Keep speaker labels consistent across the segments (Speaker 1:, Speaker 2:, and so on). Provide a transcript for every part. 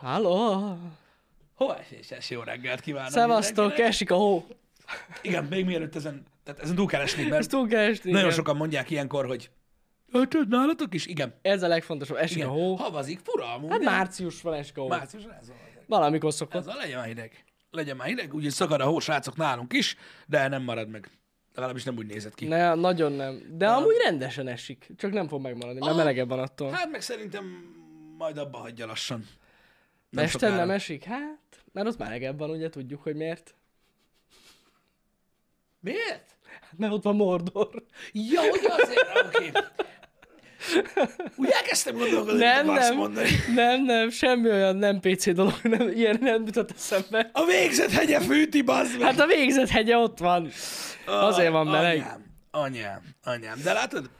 Speaker 1: Halló!
Speaker 2: Hova esés, jó reggelt kívánok
Speaker 1: Szevasztok,
Speaker 2: mindenkinek.
Speaker 1: esik a hó.
Speaker 2: Igen, még mielőtt ezen, tehát ezen túl kell esni, mert
Speaker 1: Ezt túl kell esni.
Speaker 2: nagyon
Speaker 1: igen.
Speaker 2: sokan mondják ilyenkor, hogy ötöd nálatok is? Igen.
Speaker 1: Ez a legfontosabb, esik
Speaker 2: Igen,
Speaker 1: a hó.
Speaker 2: havazik, fura amúgy.
Speaker 1: Hát
Speaker 2: de-
Speaker 1: március van esik a hó.
Speaker 2: Március, ez a,
Speaker 1: Valamikor
Speaker 2: ez
Speaker 1: szokott.
Speaker 2: a legyen már hideg. Legyen már hideg, úgyhogy szakad a hó, srácok, nálunk is, de nem marad meg. Legalábbis nem úgy nézett ki.
Speaker 1: Ne, nagyon nem. De amúgy rendesen esik. Csak nem fog megmaradni, mert
Speaker 2: Ah.
Speaker 1: melegebb van attól.
Speaker 2: Hát meg szerintem majd abba hagyja lassan.
Speaker 1: Nem Este
Speaker 2: sokára.
Speaker 1: nem esik? Hát, mert ott melegebb van, ugye tudjuk, hogy miért.
Speaker 2: Miért?
Speaker 1: Hát mert ott van Mordor.
Speaker 2: Ja, hogy azért, oké. Úgy elkezdtem gondolkodni,
Speaker 1: Nem,
Speaker 2: nem, nem. azt
Speaker 1: nem,
Speaker 2: mondani.
Speaker 1: nem, nem, semmi olyan nem PC dolog, nem, ilyen nem jutott eszembe.
Speaker 2: A végzett hegye fűti, bazd meg!
Speaker 1: Hát a végzett hegye ott van. Azért van meleg.
Speaker 2: Ah, Anyám, anyám, anyám. De látod,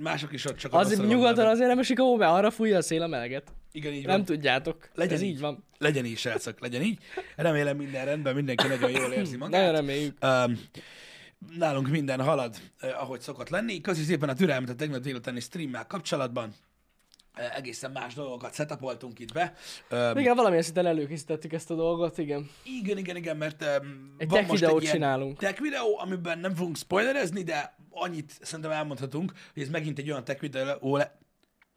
Speaker 2: mások is ott csak
Speaker 1: Azért
Speaker 2: rosszra
Speaker 1: nyugaton
Speaker 2: gondolnak.
Speaker 1: azért nem esik a hó, mert arra fújja a szél a meleget.
Speaker 2: Igen, így
Speaker 1: Nem
Speaker 2: van.
Speaker 1: tudjátok.
Speaker 2: Legyen
Speaker 1: Ez így
Speaker 2: így. Hát
Speaker 1: van.
Speaker 2: Legyen így, srácok, legyen így. Remélem minden rendben, mindenki nagyon jól érzi
Speaker 1: Nagyon
Speaker 2: magát.
Speaker 1: reméljük.
Speaker 2: Um, nálunk minden halad, eh, ahogy szokott lenni. Köszi szépen a türelmet a tegnap délutáni streammel kapcsolatban. Eh, egészen más dolgokat setupoltunk itt be. Um,
Speaker 1: Igen, valamilyen szinten előkészítettük ezt a dolgot, igen.
Speaker 2: Igen, igen, igen, mert um,
Speaker 1: Egy tech videót csinálunk.
Speaker 2: tech videó, amiben nem fogunk spoilerezni, de annyit szerintem elmondhatunk, hogy ez megint egy olyan tech videó, le...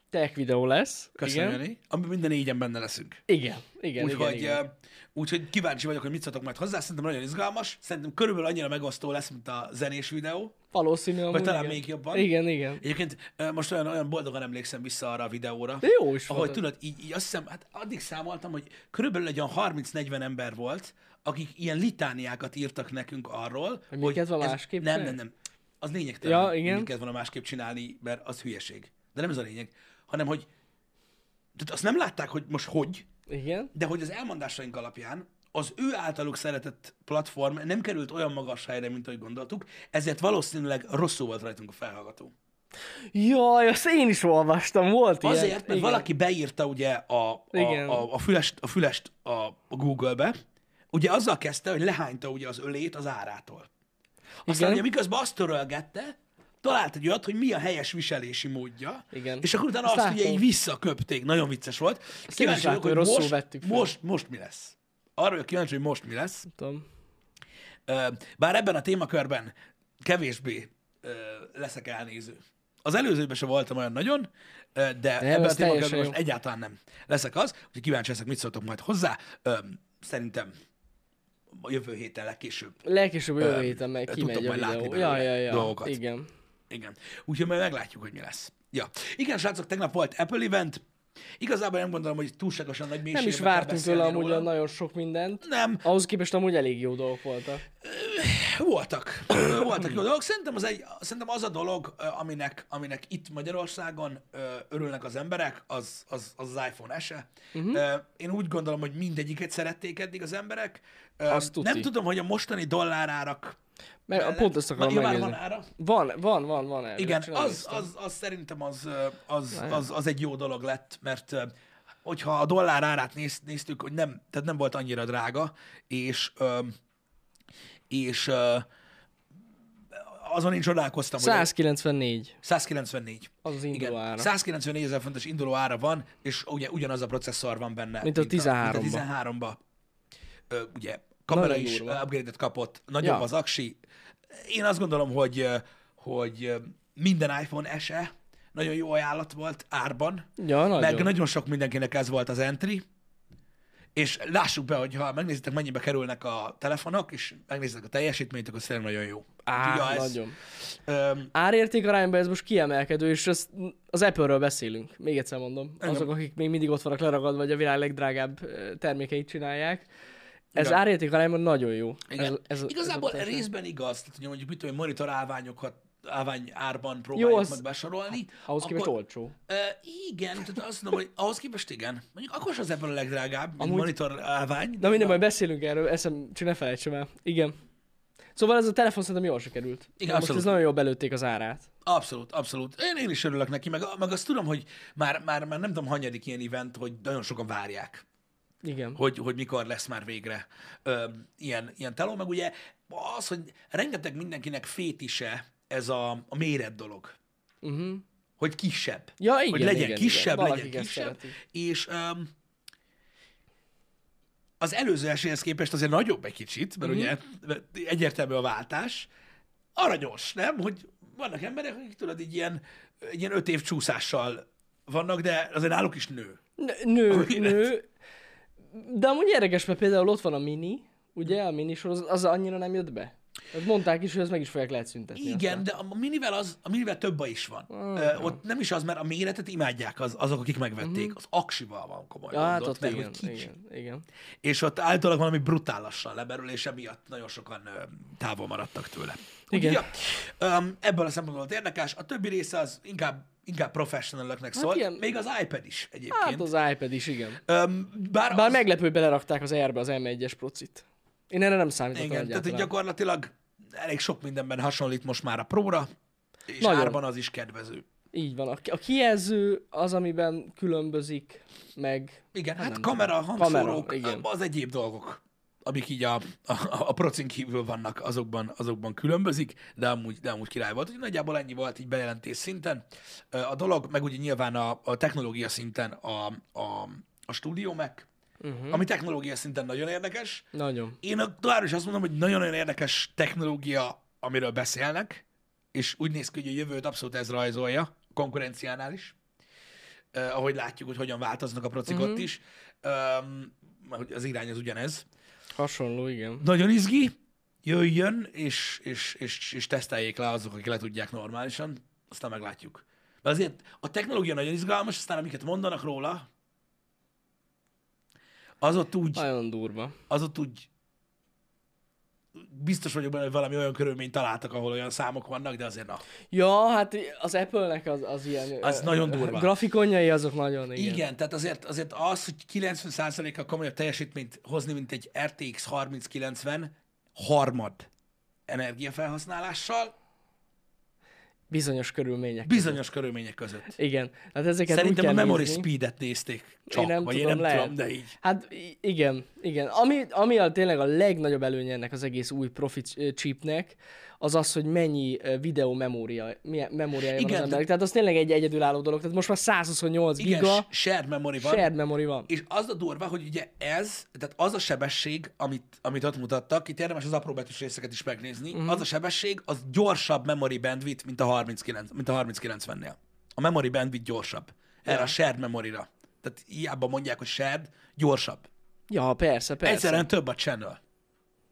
Speaker 1: Tech videó lesz.
Speaker 2: Köszönöm,
Speaker 1: Igen,
Speaker 2: Jani, amiben minden négyen benne leszünk.
Speaker 1: igen, igen, igen,
Speaker 2: Úgyhogy
Speaker 1: igen.
Speaker 2: eh, úgyhogy kíváncsi vagyok, hogy mit szóltok majd hozzá, szerintem nagyon izgalmas, szerintem körülbelül annyira megosztó lesz, mint a zenés videó.
Speaker 1: Valószínű amúgy,
Speaker 2: Vagy talán
Speaker 1: igen.
Speaker 2: még jobban.
Speaker 1: Igen, igen.
Speaker 2: Egyébként eh, most olyan, olyan boldogan emlékszem vissza arra a videóra.
Speaker 1: De jó is
Speaker 2: Ahogy
Speaker 1: volt.
Speaker 2: tudod, így, így azt hiszem, hát addig számoltam, hogy körülbelül egy olyan 30-40 ember volt, akik ilyen litániákat írtak nekünk arról, hogy,
Speaker 1: minket van
Speaker 2: ez-
Speaker 1: másképp
Speaker 2: Nem, nem,
Speaker 1: csinálni?
Speaker 2: nem. Az lényegtelen,
Speaker 1: Ja,
Speaker 2: hogy
Speaker 1: igen.
Speaker 2: minket van a másképp csinálni, mert az hülyeség. De nem ez a lényeg, hanem hogy tehát azt nem látták, hogy most hogy,
Speaker 1: Igen.
Speaker 2: de hogy az elmondásaink alapján az ő általuk szeretett platform nem került olyan magas helyre, mint ahogy gondoltuk, ezért valószínűleg rosszul volt rajtunk a felhallgató.
Speaker 1: Jaj, azt én is olvastam, volt ilyen.
Speaker 2: Azért, mert
Speaker 1: Igen.
Speaker 2: valaki beírta ugye a, a,
Speaker 1: Igen.
Speaker 2: a, a fülest, a, fülest a, a Google-be, ugye azzal kezdte, hogy lehányta ugye az ölét az árától. Aztán
Speaker 1: Igen.
Speaker 2: ugye miközben azt törölgette, talált egy olyat, hogy mi a helyes viselési módja,
Speaker 1: Igen.
Speaker 2: és akkor utána
Speaker 1: Azt
Speaker 2: azt, ugye
Speaker 1: látom.
Speaker 2: így visszaköpték, nagyon vicces volt.
Speaker 1: én is
Speaker 2: Kíváncsi vagyok,
Speaker 1: láttam,
Speaker 2: hogy
Speaker 1: hogy rosszul
Speaker 2: most,
Speaker 1: vettük fel.
Speaker 2: most, most mi lesz. Arra vagyok kíváncsi, hogy most mi lesz.
Speaker 1: Tudom.
Speaker 2: Ö, Bár ebben a témakörben kevésbé ö, leszek elnéző. Az előzőben sem voltam olyan nagyon, ö, de nem, ebben
Speaker 1: az
Speaker 2: a
Speaker 1: teljesen
Speaker 2: témakörben
Speaker 1: jó.
Speaker 2: most egyáltalán nem leszek az, úgyhogy kíváncsi leszek, mit szóltok majd hozzá. Ö, Szerintem a jövő héten legkésőbb.
Speaker 1: Legkésőbb jövő
Speaker 2: Öm,
Speaker 1: héten meg
Speaker 2: tudtok
Speaker 1: kimegy a
Speaker 2: majd látni
Speaker 1: videó. Ja,
Speaker 2: belőle
Speaker 1: ja, ja.
Speaker 2: dolgokat.
Speaker 1: Igen.
Speaker 2: Igen. Úgyhogy majd meglátjuk, hogy mi lesz. Ja. Igen, srácok, tegnap volt Apple event. Igazából nem gondolom, hogy túlságosan nagy
Speaker 1: Nem
Speaker 2: mélységben
Speaker 1: is
Speaker 2: kell
Speaker 1: vártunk
Speaker 2: beszélni
Speaker 1: tőle amúgy
Speaker 2: róla.
Speaker 1: olyan nagyon sok mindent.
Speaker 2: Nem,
Speaker 1: Ahhoz képest amúgy elég jó dolgok voltak.
Speaker 2: Voltak. Voltak jó dolgok. Szerintem az, egy, szerintem az a dolog, ö, aminek, aminek itt Magyarországon ö, örülnek az emberek, az az, az, az iPhone SE.
Speaker 1: Mhm.
Speaker 2: Uh-huh. Én úgy gondolom, hogy mindegyiket szerették eddig az emberek. Ö,
Speaker 1: Azt tuti.
Speaker 2: Nem tudom, hogy a mostani dollárárak...
Speaker 1: Meg pont ezt akarom
Speaker 2: Nyilván van
Speaker 1: megnézni.
Speaker 2: ára.
Speaker 1: Van, van, van, van erre.
Speaker 2: Igen,
Speaker 1: Csak nem
Speaker 2: az,
Speaker 1: néztem.
Speaker 2: az, az szerintem az, ö, az, az, az egy jó dolog lett, mert ö, hogyha a dollár árát néz, néztük, hogy nem, tehát nem volt annyira drága, és, ö, és ö, azon én csodálkoztam, hogy
Speaker 1: 194.
Speaker 2: 194.
Speaker 1: Az az induló
Speaker 2: Igen,
Speaker 1: ára.
Speaker 2: 194 ezer fontos induló ára van, és ugye ugyanaz a processzor van benne.
Speaker 1: Mint a 13-ba.
Speaker 2: Mint a 13-ba. Ö, ugye kamera
Speaker 1: Nagyon
Speaker 2: is
Speaker 1: durva.
Speaker 2: upgrade-et kapott, nagyobb
Speaker 1: Ja.
Speaker 2: az aksi. Én azt gondolom, hogy, ö, hogy ö, minden iPhone SE nagyon jó ajánlat volt árban,
Speaker 1: Ja, nagyon.
Speaker 2: meg nagyon sok mindenkinek ez volt az entry, és lássuk be, hogy ha megnézitek, mennyibe kerülnek a telefonok, és megnézitek a teljesítményt, akkor szerintem nagyon jó.
Speaker 1: Á,
Speaker 2: Úgyhogy, ja, ez,
Speaker 1: nagyon.
Speaker 2: öm,
Speaker 1: Árérték arányban ez most kiemelkedő, és az, az Apple-ről beszélünk, még egyszer mondom. Azok, akik még mindig ott vannak leragadva, vagy a világ legdrágább ö, termékeit csinálják. Ez
Speaker 2: Igen.
Speaker 1: árérték arányban nagyon jó.
Speaker 2: Igen.
Speaker 1: Ez, ez,
Speaker 2: Igazából
Speaker 1: ez a-
Speaker 2: részben igaz, tehát, hogy mondjuk mit tudom, én, monitor állványokat állvány árban
Speaker 1: Jó,
Speaker 2: próbáljuk
Speaker 1: az- hát,
Speaker 2: meg besorolni.
Speaker 1: Ahhoz képest olcsó.
Speaker 2: Ö, igen, tehát azt mondom, hogy ahhoz képest igen. Mondjuk akkor sem az ebből a legdrágább, mint
Speaker 1: Amúgy-
Speaker 2: monitor állvány.
Speaker 1: Na minden, majd beszélünk erről, eszem, csak ne felejtsem el. Igen. Szóval ez a telefon szerintem jól se került.
Speaker 2: Igen,
Speaker 1: most
Speaker 2: abszolút.
Speaker 1: ez nagyon jól belőtték az árát.
Speaker 2: Abszolút, abszolút. Én, én is örülök neki, meg, meg azt tudom, hogy már, már, már nem tudom, hanyadik ilyen event, hogy nagyon sokan várják.
Speaker 1: Igen.
Speaker 2: hogy, hogy mikor lesz már végre ö, ilyen, ilyen teló, meg ugye az, hogy rengeteg mindenkinek fétise ez a, a méret dolog. Uh-huh.
Speaker 1: Mhm.
Speaker 2: Hogy kisebb.
Speaker 1: Ja, igen,
Speaker 2: hogy legyen
Speaker 1: igen, igen.
Speaker 2: kisebb,
Speaker 1: Valakik
Speaker 2: legyen
Speaker 1: ezt
Speaker 2: kisebb.
Speaker 1: szeretik.
Speaker 2: És öm, Az előző esélyhez képest azért nagyobb egy kicsit, mert
Speaker 1: Mhm.
Speaker 2: mm-hmm. ugye egyértelmű a váltás. Aranyos, nem? Hogy vannak emberek, akik tudod, így ilyen, egy ilyen öt év csúszással vannak, de azért náluk is nő.
Speaker 1: N- Nő,
Speaker 2: Hogy
Speaker 1: nő. De amúgy érdekes, mert például ott van a mini, ugye, a mini sorozat, az annyira nem jött be. Azt mondták is, hogy ezt meg is fogják lehet szüntetni.
Speaker 2: Igen, de a minivel, az, a minivel több baj is van.
Speaker 1: Ah,
Speaker 2: Ö, ott nem is az, mert a méretet imádják az, azok, akik megvették. Az aksival van komoly
Speaker 1: Mhm. Ja, hát
Speaker 2: gondot,
Speaker 1: ott
Speaker 2: mert
Speaker 1: igen,
Speaker 2: hogy kicsi.
Speaker 1: igen, igen.
Speaker 2: És ott általában valami brutál lassan leberül, és emiatt nagyon sokan ö, távol maradtak tőle.
Speaker 1: Igen.
Speaker 2: Úgyhogy, ja, öm, ebből a szempontból volt érdekes. A többi része az inkább, inkább professionalöknek szólt.
Speaker 1: ilyen-
Speaker 2: Még az iPad is
Speaker 1: Hát
Speaker 2: egyébként.
Speaker 1: az iPad is, igen.
Speaker 2: Öm, bár,
Speaker 1: Bár
Speaker 2: az,
Speaker 1: meglepő, hogy belerakták az erbe az M1-es procit. Én erre nem számítottam
Speaker 2: igen, tehát hogy
Speaker 1: egyáltalán.
Speaker 2: gyakorlatilag elég sok mindenben hasonlít most már a Pro-ra, és
Speaker 1: Nagyon.
Speaker 2: árban az is kedvező.
Speaker 1: Így van. A, a kijelző az, amiben különbözik, meg...
Speaker 2: Igen, hát,
Speaker 1: nem
Speaker 2: kamera, hangszórók,
Speaker 1: igen.
Speaker 2: az egyéb dolgok, amik így a, a, a procin kívül vannak, azokban, azokban különbözik, de amúgy, de amúgy király volt. Úgyhogy nagyjából ennyi volt így bejelentés szinten. Ö, A dolog, meg ugye nyilván a, a technológia szinten a, a, a stúdió meg, uh-huh. ami technológia szinten nagyon érdekes.
Speaker 1: Nagyon.
Speaker 2: Én a- továbbra is azt mondom, hogy nagyon-nagyon érdekes technológia, amiről beszélnek, és úgy néz ki, hogy a jövőt abszolút ez rajzolja, konkurenciánál is. Uh, ahogy látjuk, hogy hogyan változnak a procik ott is. Um, hogy az irány az ugyanez.
Speaker 1: Hasonló, igen.
Speaker 2: Nagyon izgi, jöjjön, és, és, és, és teszteljék le azok, akik le tudják normálisan, aztán meglátjuk. De azért a technológia nagyon izgalmas, aztán amiket mondanak róla, az ott úgy
Speaker 1: Nagyon durva.
Speaker 2: az ott úgy biztos vagyok benne, hogy valami olyan körülményt találtak, ahol olyan számok vannak, de azért na.
Speaker 1: Ja, hát az Apple-nek az, az ilyen...
Speaker 2: Az
Speaker 1: ö,
Speaker 2: nagyon durva.
Speaker 1: Grafikonjai azok nagyon, igen.
Speaker 2: Igen, Igen tehát azért, azért az, hogy 90%-kal komolyabb teljesítményt hozni, mint egy RTX 3090 harmad energiafelhasználással,
Speaker 1: Bizonyos körülmények.
Speaker 2: bizonyos körülmények között.
Speaker 1: Igen. Hát ezeket úgy
Speaker 2: Szerintem a
Speaker 1: kell
Speaker 2: memory
Speaker 1: nézni.
Speaker 2: speed-et nézték csak,
Speaker 1: Én nem
Speaker 2: vagy
Speaker 1: tudom,
Speaker 2: én nem
Speaker 1: lehet.
Speaker 2: tudom, de így.
Speaker 1: Hát i- igen, igen. Ami, ami a tényleg a legnagyobb előnye ennek az egész új profi c- ö, chipnek, az az, hogy mennyi ö, videó memória, milyen memóriája van
Speaker 2: Igen,
Speaker 1: az
Speaker 2: de-
Speaker 1: emberek. Tehát az tényleg egy egyedülálló dolog. Tehát most már 128
Speaker 2: Igen,
Speaker 1: giga
Speaker 2: shared memory van.
Speaker 1: shared memory van.
Speaker 2: És az a durva, hogy ugye ez, tehát az a sebesség, amit, amit ott mutattak, itt érdemes az apró betűs részeket is megnézni, uh-huh. az a sebesség, az gyorsabb memory bandwidth, mint a 39, mint a 3090-nél. A memory bandwidth gyorsabb. Erre a shared memory-ra. Tehát hiába mondják, hogy shared, gyorsabb.
Speaker 1: Ja, persze, persze.
Speaker 2: Egyszerűen több a channel.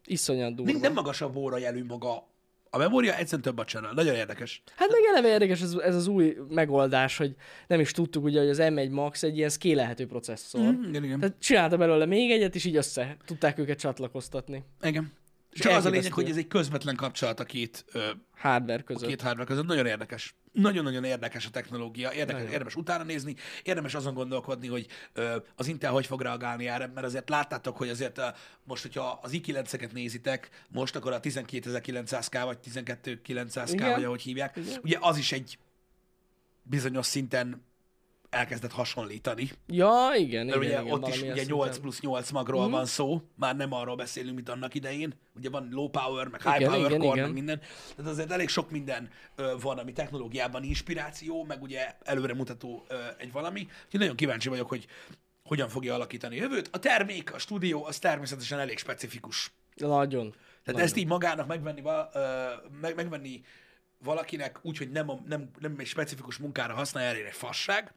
Speaker 1: Iszonyan durva.
Speaker 2: Még nem magasabb óra jelű maga a memória, egyszerűen több a channel. Nagyon érdekes.
Speaker 1: Hát meg eleve érdekes ez, ez, az új megoldás, hogy nem is tudtuk ugye, hogy az M1 Max egy ilyen szkélelhető processzor.
Speaker 2: Mm, igen, igen.
Speaker 1: Tehát csinálta belőle még egyet, és így össze tudták őket csatlakoztatni
Speaker 2: igen. Csak az a lényeg,
Speaker 1: elképesztő.
Speaker 2: hogy ez egy közvetlen kapcsolat a két ö,
Speaker 1: hardware között.
Speaker 2: két hardware között. Nagyon érdekes. Nagyon-nagyon érdekes a technológia, érdekes,
Speaker 1: Nagyon.
Speaker 2: érdemes utána nézni, érdemes azon gondolkodni, hogy ö, az Intel hogy fog reagálni erre, mert azért láttátok, hogy azért ö, most, hogyha az i9-eket nézitek, most akkor a 12900K vagy 12900K,
Speaker 1: Igen.
Speaker 2: vagy ahogy hívják, ugye az is egy bizonyos szinten elkezdett hasonlítani.
Speaker 1: Ja, igen, igen,
Speaker 2: Mert ugye
Speaker 1: igen,
Speaker 2: igen, ott is
Speaker 1: valami
Speaker 2: ugye
Speaker 1: ezt
Speaker 2: 8
Speaker 1: hiszem. Mhm.
Speaker 2: plusz 8 magról van szó, már nem arról beszélünk, mint annak idején. Ugye van low power, meg high
Speaker 1: Igen,
Speaker 2: power
Speaker 1: igen,
Speaker 2: core,
Speaker 1: igen.
Speaker 2: meg minden. Tehát azért elég sok minden ö, van, ami technológiában inspiráció, meg ugye előremutató ö, egy valami. Úgyhogy nagyon kíváncsi vagyok, hogy hogyan fogja alakítani a jövőt. A termék, a stúdió, az természetesen elég specifikus.
Speaker 1: Nagyon.
Speaker 2: Tehát ezt így magának megvenni, val- ö, meg, megvenni valakinek úgy, hogy nem, a, nem, nem egy specifikus munkára használja, elég egy fasság.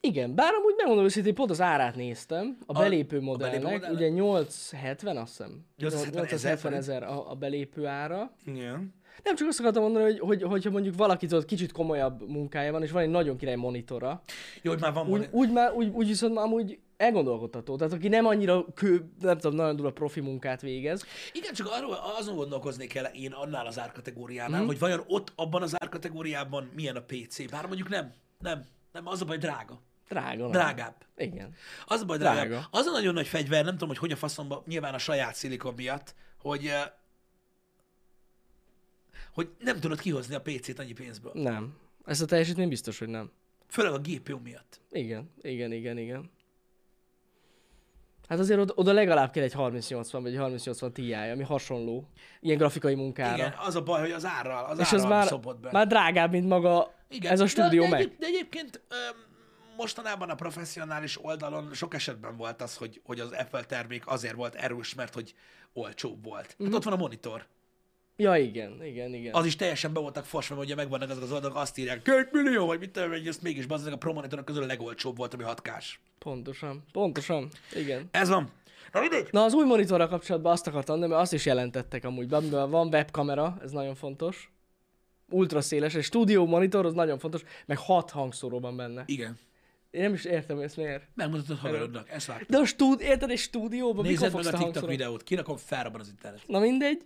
Speaker 1: Igen, bár amúgy megmondom őszintén, pont az árát néztem, a,
Speaker 2: A-
Speaker 1: belépő
Speaker 2: a
Speaker 1: modellnek,
Speaker 2: belépő modellnek?
Speaker 1: ugye 870 azt hiszem.
Speaker 2: 870 ezer
Speaker 1: 870 ezer a, a belépő ára.
Speaker 2: Igen.
Speaker 1: Nem csak azt akartam mondani, hogy, hogy hogyha mondjuk valaki tudod, kicsit komolyabb munkája van, és van egy nagyon király monitora,
Speaker 2: Jó, hogy már van
Speaker 1: úgy,
Speaker 2: monitor.
Speaker 1: úgy, már, úgy, úgy viszont már amúgy elgondolkodható. Tehát aki nem annyira kő, nem tudom, nagyon durva profi munkát végez.
Speaker 2: Igen, csak arról, azon gondolkozni kell én annál az árkategóriánál, mm.
Speaker 1: Mhm.
Speaker 2: hogy vajon ott, abban az árkategóriában milyen a PC. Bár mondjuk nem, nem, nem, az a baj drága.
Speaker 1: Drága. nem?
Speaker 2: Drágább.
Speaker 1: Igen.
Speaker 2: Az a baj drágább.
Speaker 1: Mhm. Drága.
Speaker 2: Drága. Az a nagyon nagy fegyver, nem tudom, hogy hogy a faszomba, nyilván a saját szilikon miatt, hogy, eh, hogy nem tudod kihozni a PC-t annyi pénzből.
Speaker 1: Nem. Ezt a teljesítmény biztos, hogy nem.
Speaker 2: Főleg a GPU miatt.
Speaker 1: Igen, igen, igen, igen. Hát azért oda, oda legalább kell egy 3080 vagy egy 3080 Ti, ami hasonló ilyen grafikai munkára.
Speaker 2: Igen, az a baj, hogy az árral, az
Speaker 1: És
Speaker 2: árral
Speaker 1: ez már,
Speaker 2: szopott be.
Speaker 1: már drágább, mint maga
Speaker 2: Igen.
Speaker 1: ez a
Speaker 2: De-
Speaker 1: stúdió
Speaker 2: de,
Speaker 1: meg.
Speaker 2: egyéb- De egyébként öm, mostanában a professzionális oldalon sok esetben volt az, hogy, hogy az Apple termék azért volt erős, mert hogy olcsóbb volt.
Speaker 1: Mhm.
Speaker 2: Hát ott van a monitor.
Speaker 1: Ja, igen, igen, igen.
Speaker 2: Az is teljesen be voltak fosva, mert ugye megvannak azok az oldalak, azt írják, két millió, vagy mit tudom, én, és ezt mégis bazdmeg a promonitorok közül a legolcsóbb volt, ami hatkás.
Speaker 1: Pontosan, pontosan, igen.
Speaker 2: Ez van. Na mindegy.
Speaker 1: Na, az új monitorral kapcsolatban azt akartam mondani, mert azt is jelentettek amúgy, be, amiben van webkamera, ez nagyon fontos. Ultraszéles, és stúdió monitor, az nagyon fontos, meg hat hangszóró van benne.
Speaker 2: Igen.
Speaker 1: Én nem is értem, hogy ezt miért.
Speaker 2: Megmutatod haverodnak, ezt vágtam.
Speaker 1: De a stúd, érted, egy stúdióban mikor
Speaker 2: Nézed
Speaker 1: fogsz
Speaker 2: meg
Speaker 1: te
Speaker 2: a TikTok
Speaker 1: hangszórót?
Speaker 2: videót, kirakom, felrobban az internet.
Speaker 1: Na mindegy.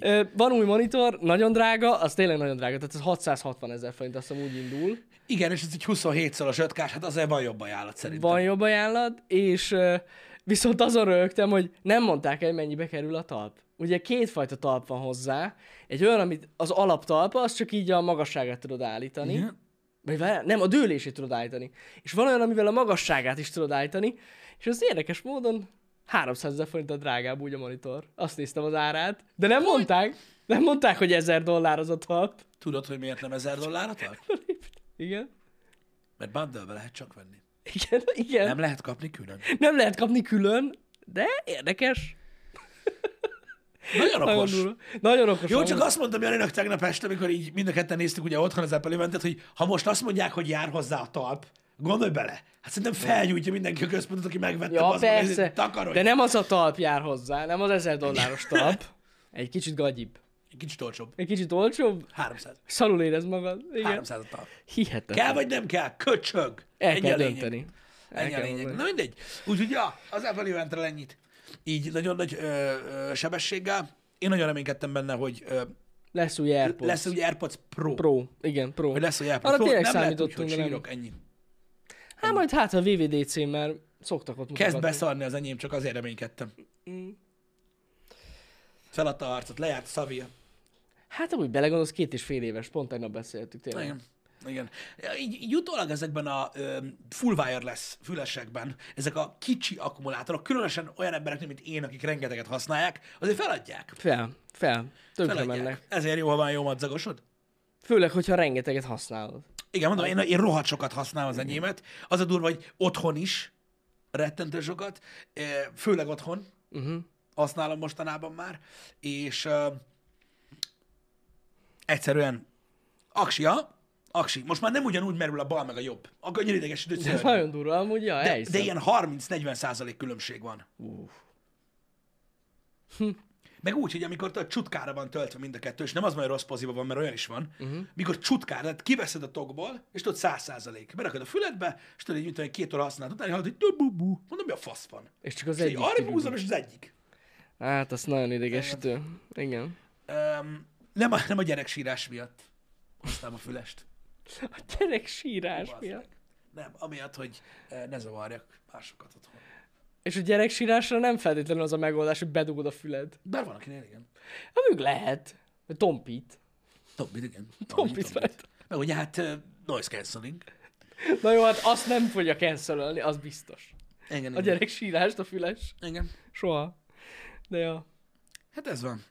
Speaker 1: Ö, van új monitor, nagyon drága, az tényleg nagyon drága, tehát ez 660 ezer forint, azt hiszem úgy indul.
Speaker 2: Igen, és ez egy 27-szoros 5 hát azért van jobb ajánlat szerintem.
Speaker 1: Van jobb ajánlat, és ö, viszont azon rögtem, hogy nem mondták el, mennyibe kerül a talp. Ugye kétfajta talp van hozzá. Egy olyan, amit az alaptalpa, az csak így a magasságát tudod állítani.
Speaker 2: Igen.
Speaker 1: Vagy várjál, nem, a dőlését tudod állítani. És van olyan, amivel a magasságát is tudod állítani, és az érdekes módon 300 ezer forint a drágább úgy a monitor. Azt néztem az árát, de nem mondták, nem mondták, hogy 1000 dollár az a talp.
Speaker 2: Tudod, hogy miért nem 1000 dollár ad?
Speaker 1: Igen.
Speaker 2: Mert bundle lehet csak venni.
Speaker 1: Igen, igen.
Speaker 2: Nem lehet kapni külön.
Speaker 1: Nem lehet kapni külön, de érdekes.
Speaker 2: Nagyon
Speaker 1: Nagyon
Speaker 2: okos.
Speaker 1: durva. Szóval- Nagyon okos.
Speaker 2: Jó,
Speaker 1: amúgy.
Speaker 2: csak azt mondtam Janinak tegnap este, amikor így mind a ketten néztük ugye otthon az Apple eventet, hogy ha most azt mondják, hogy jár hozzá a talp, gondolj bele. Hát szerintem felgyújtja mindenki a központot, aki megvette.
Speaker 1: Ja,
Speaker 2: bazd meg,
Speaker 1: persze.
Speaker 2: ezért Takarodj.
Speaker 1: De nem az a talp jár hozzá, nem az 1000 dolláros talp. Egy kicsit gagyibb.
Speaker 2: Egy Kicsit olcsóbb.
Speaker 1: Egy kicsit olcsóbb,
Speaker 2: 300.
Speaker 1: szarul érez magad. Igen.
Speaker 2: 300 a talp.
Speaker 1: Hihetetlen.
Speaker 2: Kell vagy nem kell? Köcsög.
Speaker 1: El
Speaker 2: Ennyi
Speaker 1: kell
Speaker 2: a lényeg.
Speaker 1: dönteni. El
Speaker 2: Ennyi a
Speaker 1: kell
Speaker 2: lényeg.
Speaker 1: mondani.
Speaker 2: Na mindegy. Úgyhogy ja, az Apple eventre ennyit. Így nagyon nagy ö, ö, sebességgel. Én nagyon reménykedtem benne, hogy ö,
Speaker 1: Lesz új AirPods.
Speaker 2: lesz ugye AirPods Pro.
Speaker 1: Pro. Igen, Pro.
Speaker 2: Hogy lesz a AirPods
Speaker 1: Arra
Speaker 2: Pro.
Speaker 1: tényleg
Speaker 2: Nem lehet úgy, hogy
Speaker 1: számítottunk, de nem.
Speaker 2: sírok, ennyi.
Speaker 1: Hát majd hát a VVDC-n már szoktak ott
Speaker 2: Kezd
Speaker 1: mutatni.
Speaker 2: beszarni az enyém, csak azért reménykedtem.
Speaker 1: Mm.
Speaker 2: Feladta a harcot, lejárt a szavia.
Speaker 1: Hát amúgy belegondolsz, két és fél éves, pont tegnap beszéltük tényleg.
Speaker 2: Igen. Igen. Így, így utólag ezekben a ö, full wireless fülesekben, ezek a kicsi akkumulátorok, különösen olyan emberek, mint én, akik rengeteget használják, azért feladják.
Speaker 1: Fel, fel. Tönkre mennek.
Speaker 2: feladják. Ezért jó, ha van jó madzagosod.
Speaker 1: Főleg, hogyha rengeteget használod.
Speaker 2: Igen, mondom, én, én rohadt sokat használom az enyémet. Az a durva, hogy otthon is rettentő sokat, ö, főleg otthon
Speaker 1: Uh-huh.
Speaker 2: használom mostanában már, és ö, egyszerűen aksia, aksi. Most már nem ugyanúgy merül a bal meg a jobb. A könnyen idegesítő
Speaker 1: Ez
Speaker 2: szörnyű.
Speaker 1: nagyon durva, amúgy, ja,
Speaker 2: De,
Speaker 1: elhiszem.
Speaker 2: de ilyen 30-40 százalék különbség van.
Speaker 1: Hm.
Speaker 2: Meg úgy, hogy amikor a csutkára van töltve mind a kettő, és nem az, hogy rossz poziba van, mert olyan is van,
Speaker 1: Mhm.
Speaker 2: uh-huh. mikor csutkára, tehát kiveszed a tokból, és tudod 100 százalék. Berakod a füledbe, és tudod, így mint hogy két óra használat után, hallod, hogy bu-bu-bu. Mondom, mi a fasz van?
Speaker 1: És csak az
Speaker 2: És így
Speaker 1: egyik.
Speaker 2: arra
Speaker 1: kibújik.
Speaker 2: húzom, és az egyik.
Speaker 1: Hát, az nagyon idegesítő. Igen.
Speaker 2: Öm, nem, a, nem a gyereksírás miatt hoztam a fülest.
Speaker 1: A gyerek sírás
Speaker 2: Bazd
Speaker 1: miatt.
Speaker 2: meg. Nem, amiatt, hogy eh, ne zavarjak másokat otthon.
Speaker 1: És a gyerek sírásra nem feltétlenül az a megoldás, hogy bedugod a füled.
Speaker 2: Bár van, akinél igen.
Speaker 1: Hát mondjuk lehet. Hogy Tompít.
Speaker 2: Tombit, igen. Tombit,
Speaker 1: Tompít fel.
Speaker 2: Meg ugye hát eh, noise cancelling.
Speaker 1: Na jó, hát azt nem fogja cancelölni, az biztos.
Speaker 2: Igen,
Speaker 1: A gyerek sírást, a füles.
Speaker 2: igen.
Speaker 1: Soha. De ja.
Speaker 2: Hát ez van.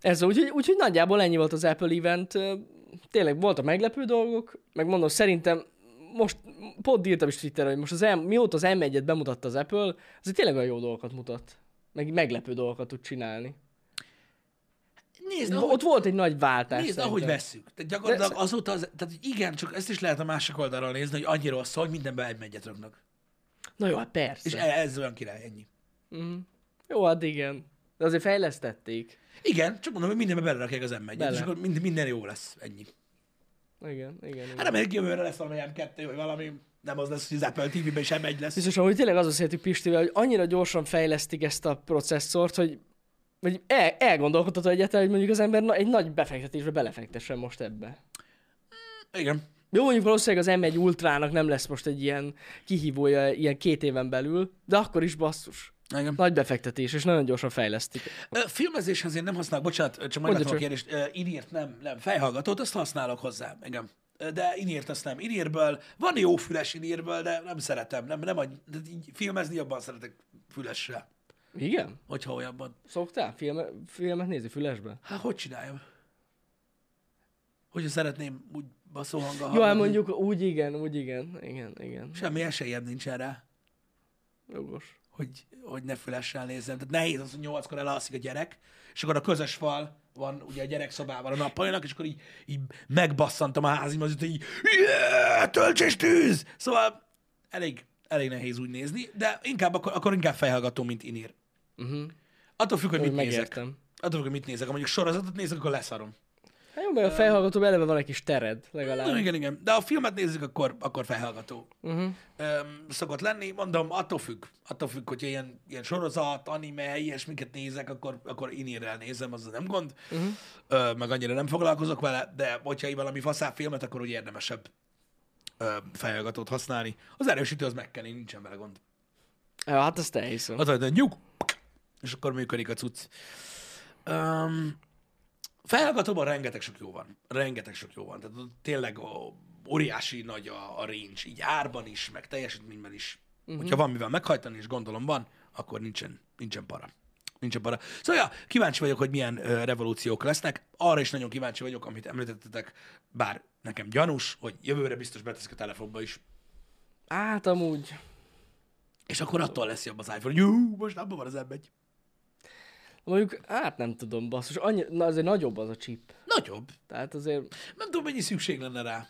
Speaker 1: Ez úgyhogy úgy, nagyjából ennyi volt az Apple event. Ö, Tényleg voltak meglepő dolgok, meg mondom, szerintem most pont írtam is Twitterre, hogy most az M, mióta az M1-et bemutatta az Apple, azért tényleg olyan jó dolgokat mutat. Meg meglepő dolgokat tud csinálni.
Speaker 2: Nézd,
Speaker 1: Na,
Speaker 2: ahogy,
Speaker 1: Ott volt egy nagy váltás.
Speaker 2: nézd,
Speaker 1: szerintem.
Speaker 2: ahogy vesszük. Tehát gyakorlatilag azóta, az, tehát hogy igen, csak ezt is lehet a másik oldalról nézni, hogy annyira rossz, hogy mindenben egy megyet rögnek.
Speaker 1: Na jó, hát persze.
Speaker 2: És e- ez olyan király, ennyi.
Speaker 1: Jó, hát igen. De azért fejlesztették.
Speaker 2: Igen, csak mondom, hogy mindenbe belerakják az m
Speaker 1: Bele.
Speaker 2: és akkor mind, minden jó lesz, ennyi.
Speaker 1: Igen, igen,
Speaker 2: Hát
Speaker 1: igen.
Speaker 2: reméljük jövőre lesz valami M2, vagy valami, nem az lesz, hogy az Apple TV-ben sem egy lesz.
Speaker 1: Biztos, ahogy tényleg az azt jelenti Pistivel, hogy annyira gyorsan fejlesztik ezt a processzort, hogy vagy el, elgondolkodható egyáltalán, hogy mondjuk az ember na, egy nagy befektetésbe belefektessen most ebbe.
Speaker 2: Igen.
Speaker 1: Jó, mondjuk valószínűleg az M1 Ultrának nem lesz most egy ilyen kihívója ilyen két éven belül, de akkor is basszus.
Speaker 2: Igen.
Speaker 1: Nagy befektetés, és nagyon gyorsan fejlesztik.
Speaker 2: Ö, Filmezéshez én nem használok, bocsánat, ö, csak
Speaker 1: Mondja
Speaker 2: meglátom a
Speaker 1: csak.
Speaker 2: kérdést. Ö, Inért nem, nem, fejhallgatót, azt használok hozzá, igen. Ö, De inért azt nem. Inérből, van jó füles inérből, de nem szeretem. Nem, nem, agy- de így filmezni jobban szeretek fülessel,
Speaker 1: Igen?
Speaker 2: hogyha olyanban.
Speaker 1: Szoktál filme, filmet nézni fülesbe?
Speaker 2: Hát hogy csináljam? Hogyha szeretném úgy baszó hang a
Speaker 1: Jó, hát mondjuk úgy igen, úgy igen, igen, igen.
Speaker 2: Semmi esélyem nincs erre,
Speaker 1: Jogos.
Speaker 2: hogy, hogy ne fülessel nézzem. Tehát nehéz az, hogy nyolckor elalszik a gyerek, és akkor a közös fal van ugye a gyerek szobában a nappalinak, és akkor így, így megbasszantam a házim, az így yeah, tölts és tűz! Szóval elég, elég nehéz úgy nézni, de inkább akkor, akkor inkább fejhallgató, mint inír.
Speaker 1: Uh-huh.
Speaker 2: Attól függ, hogy mit nézek.
Speaker 1: Megértem.
Speaker 2: Attól függ, hogy mit nézek. Ha mondjuk sorozatot nézek, akkor leszarom.
Speaker 1: Hát jó, mert a fejhallgató eleve van egy kis tered,
Speaker 2: Na,
Speaker 1: legalább.
Speaker 2: igen, igen. De ha a filmet nézzük, akkor, akkor felhallgató
Speaker 1: Uh-huh.
Speaker 2: öm, szokott lenni. Mondom, attól függ. Attól függ, hogy ilyen, ilyen sorozat, anime, ilyesmiket nézek, akkor, akkor inírrel nézem, az nem gond. Uh-huh. Ö, meg annyira nem foglalkozok vele, de hogyha így valami faszább filmet, akkor úgy érdemesebb ö, felhallgatót használni. Az erősítő az meg kell, én nincsen vele gond.
Speaker 1: Ja, hát ezt elhiszem.
Speaker 2: Az hogy nyug, és akkor működik a cucc. Um, felhallgatóban rengeteg sok jó van. Rengeteg sok jó van. Tehát ott tényleg ó, óriási nagy a, a range, így árban is, meg teljesítményben is. Uh-huh. Hogyha van mivel meghajtani, és gondolom van, akkor nincsen, nincsen para. Nincsen para. Szóval, ja, kíváncsi vagyok, hogy milyen ö, revolúciók lesznek. Arra is nagyon kíváncsi vagyok, amit említettetek, bár nekem gyanús, hogy jövőre biztos beteszik a telefonba is.
Speaker 1: Hát amúgy.
Speaker 2: És akkor attól lesz jobb az iPhone, hogy jú, most abban van az m
Speaker 1: Mondjuk, hát nem tudom, basszus. Annyi, na, azért nagyobb az a chip.
Speaker 2: Nagyobb.
Speaker 1: Tehát azért,
Speaker 2: Nem tudom, mennyi szükség lenne rá.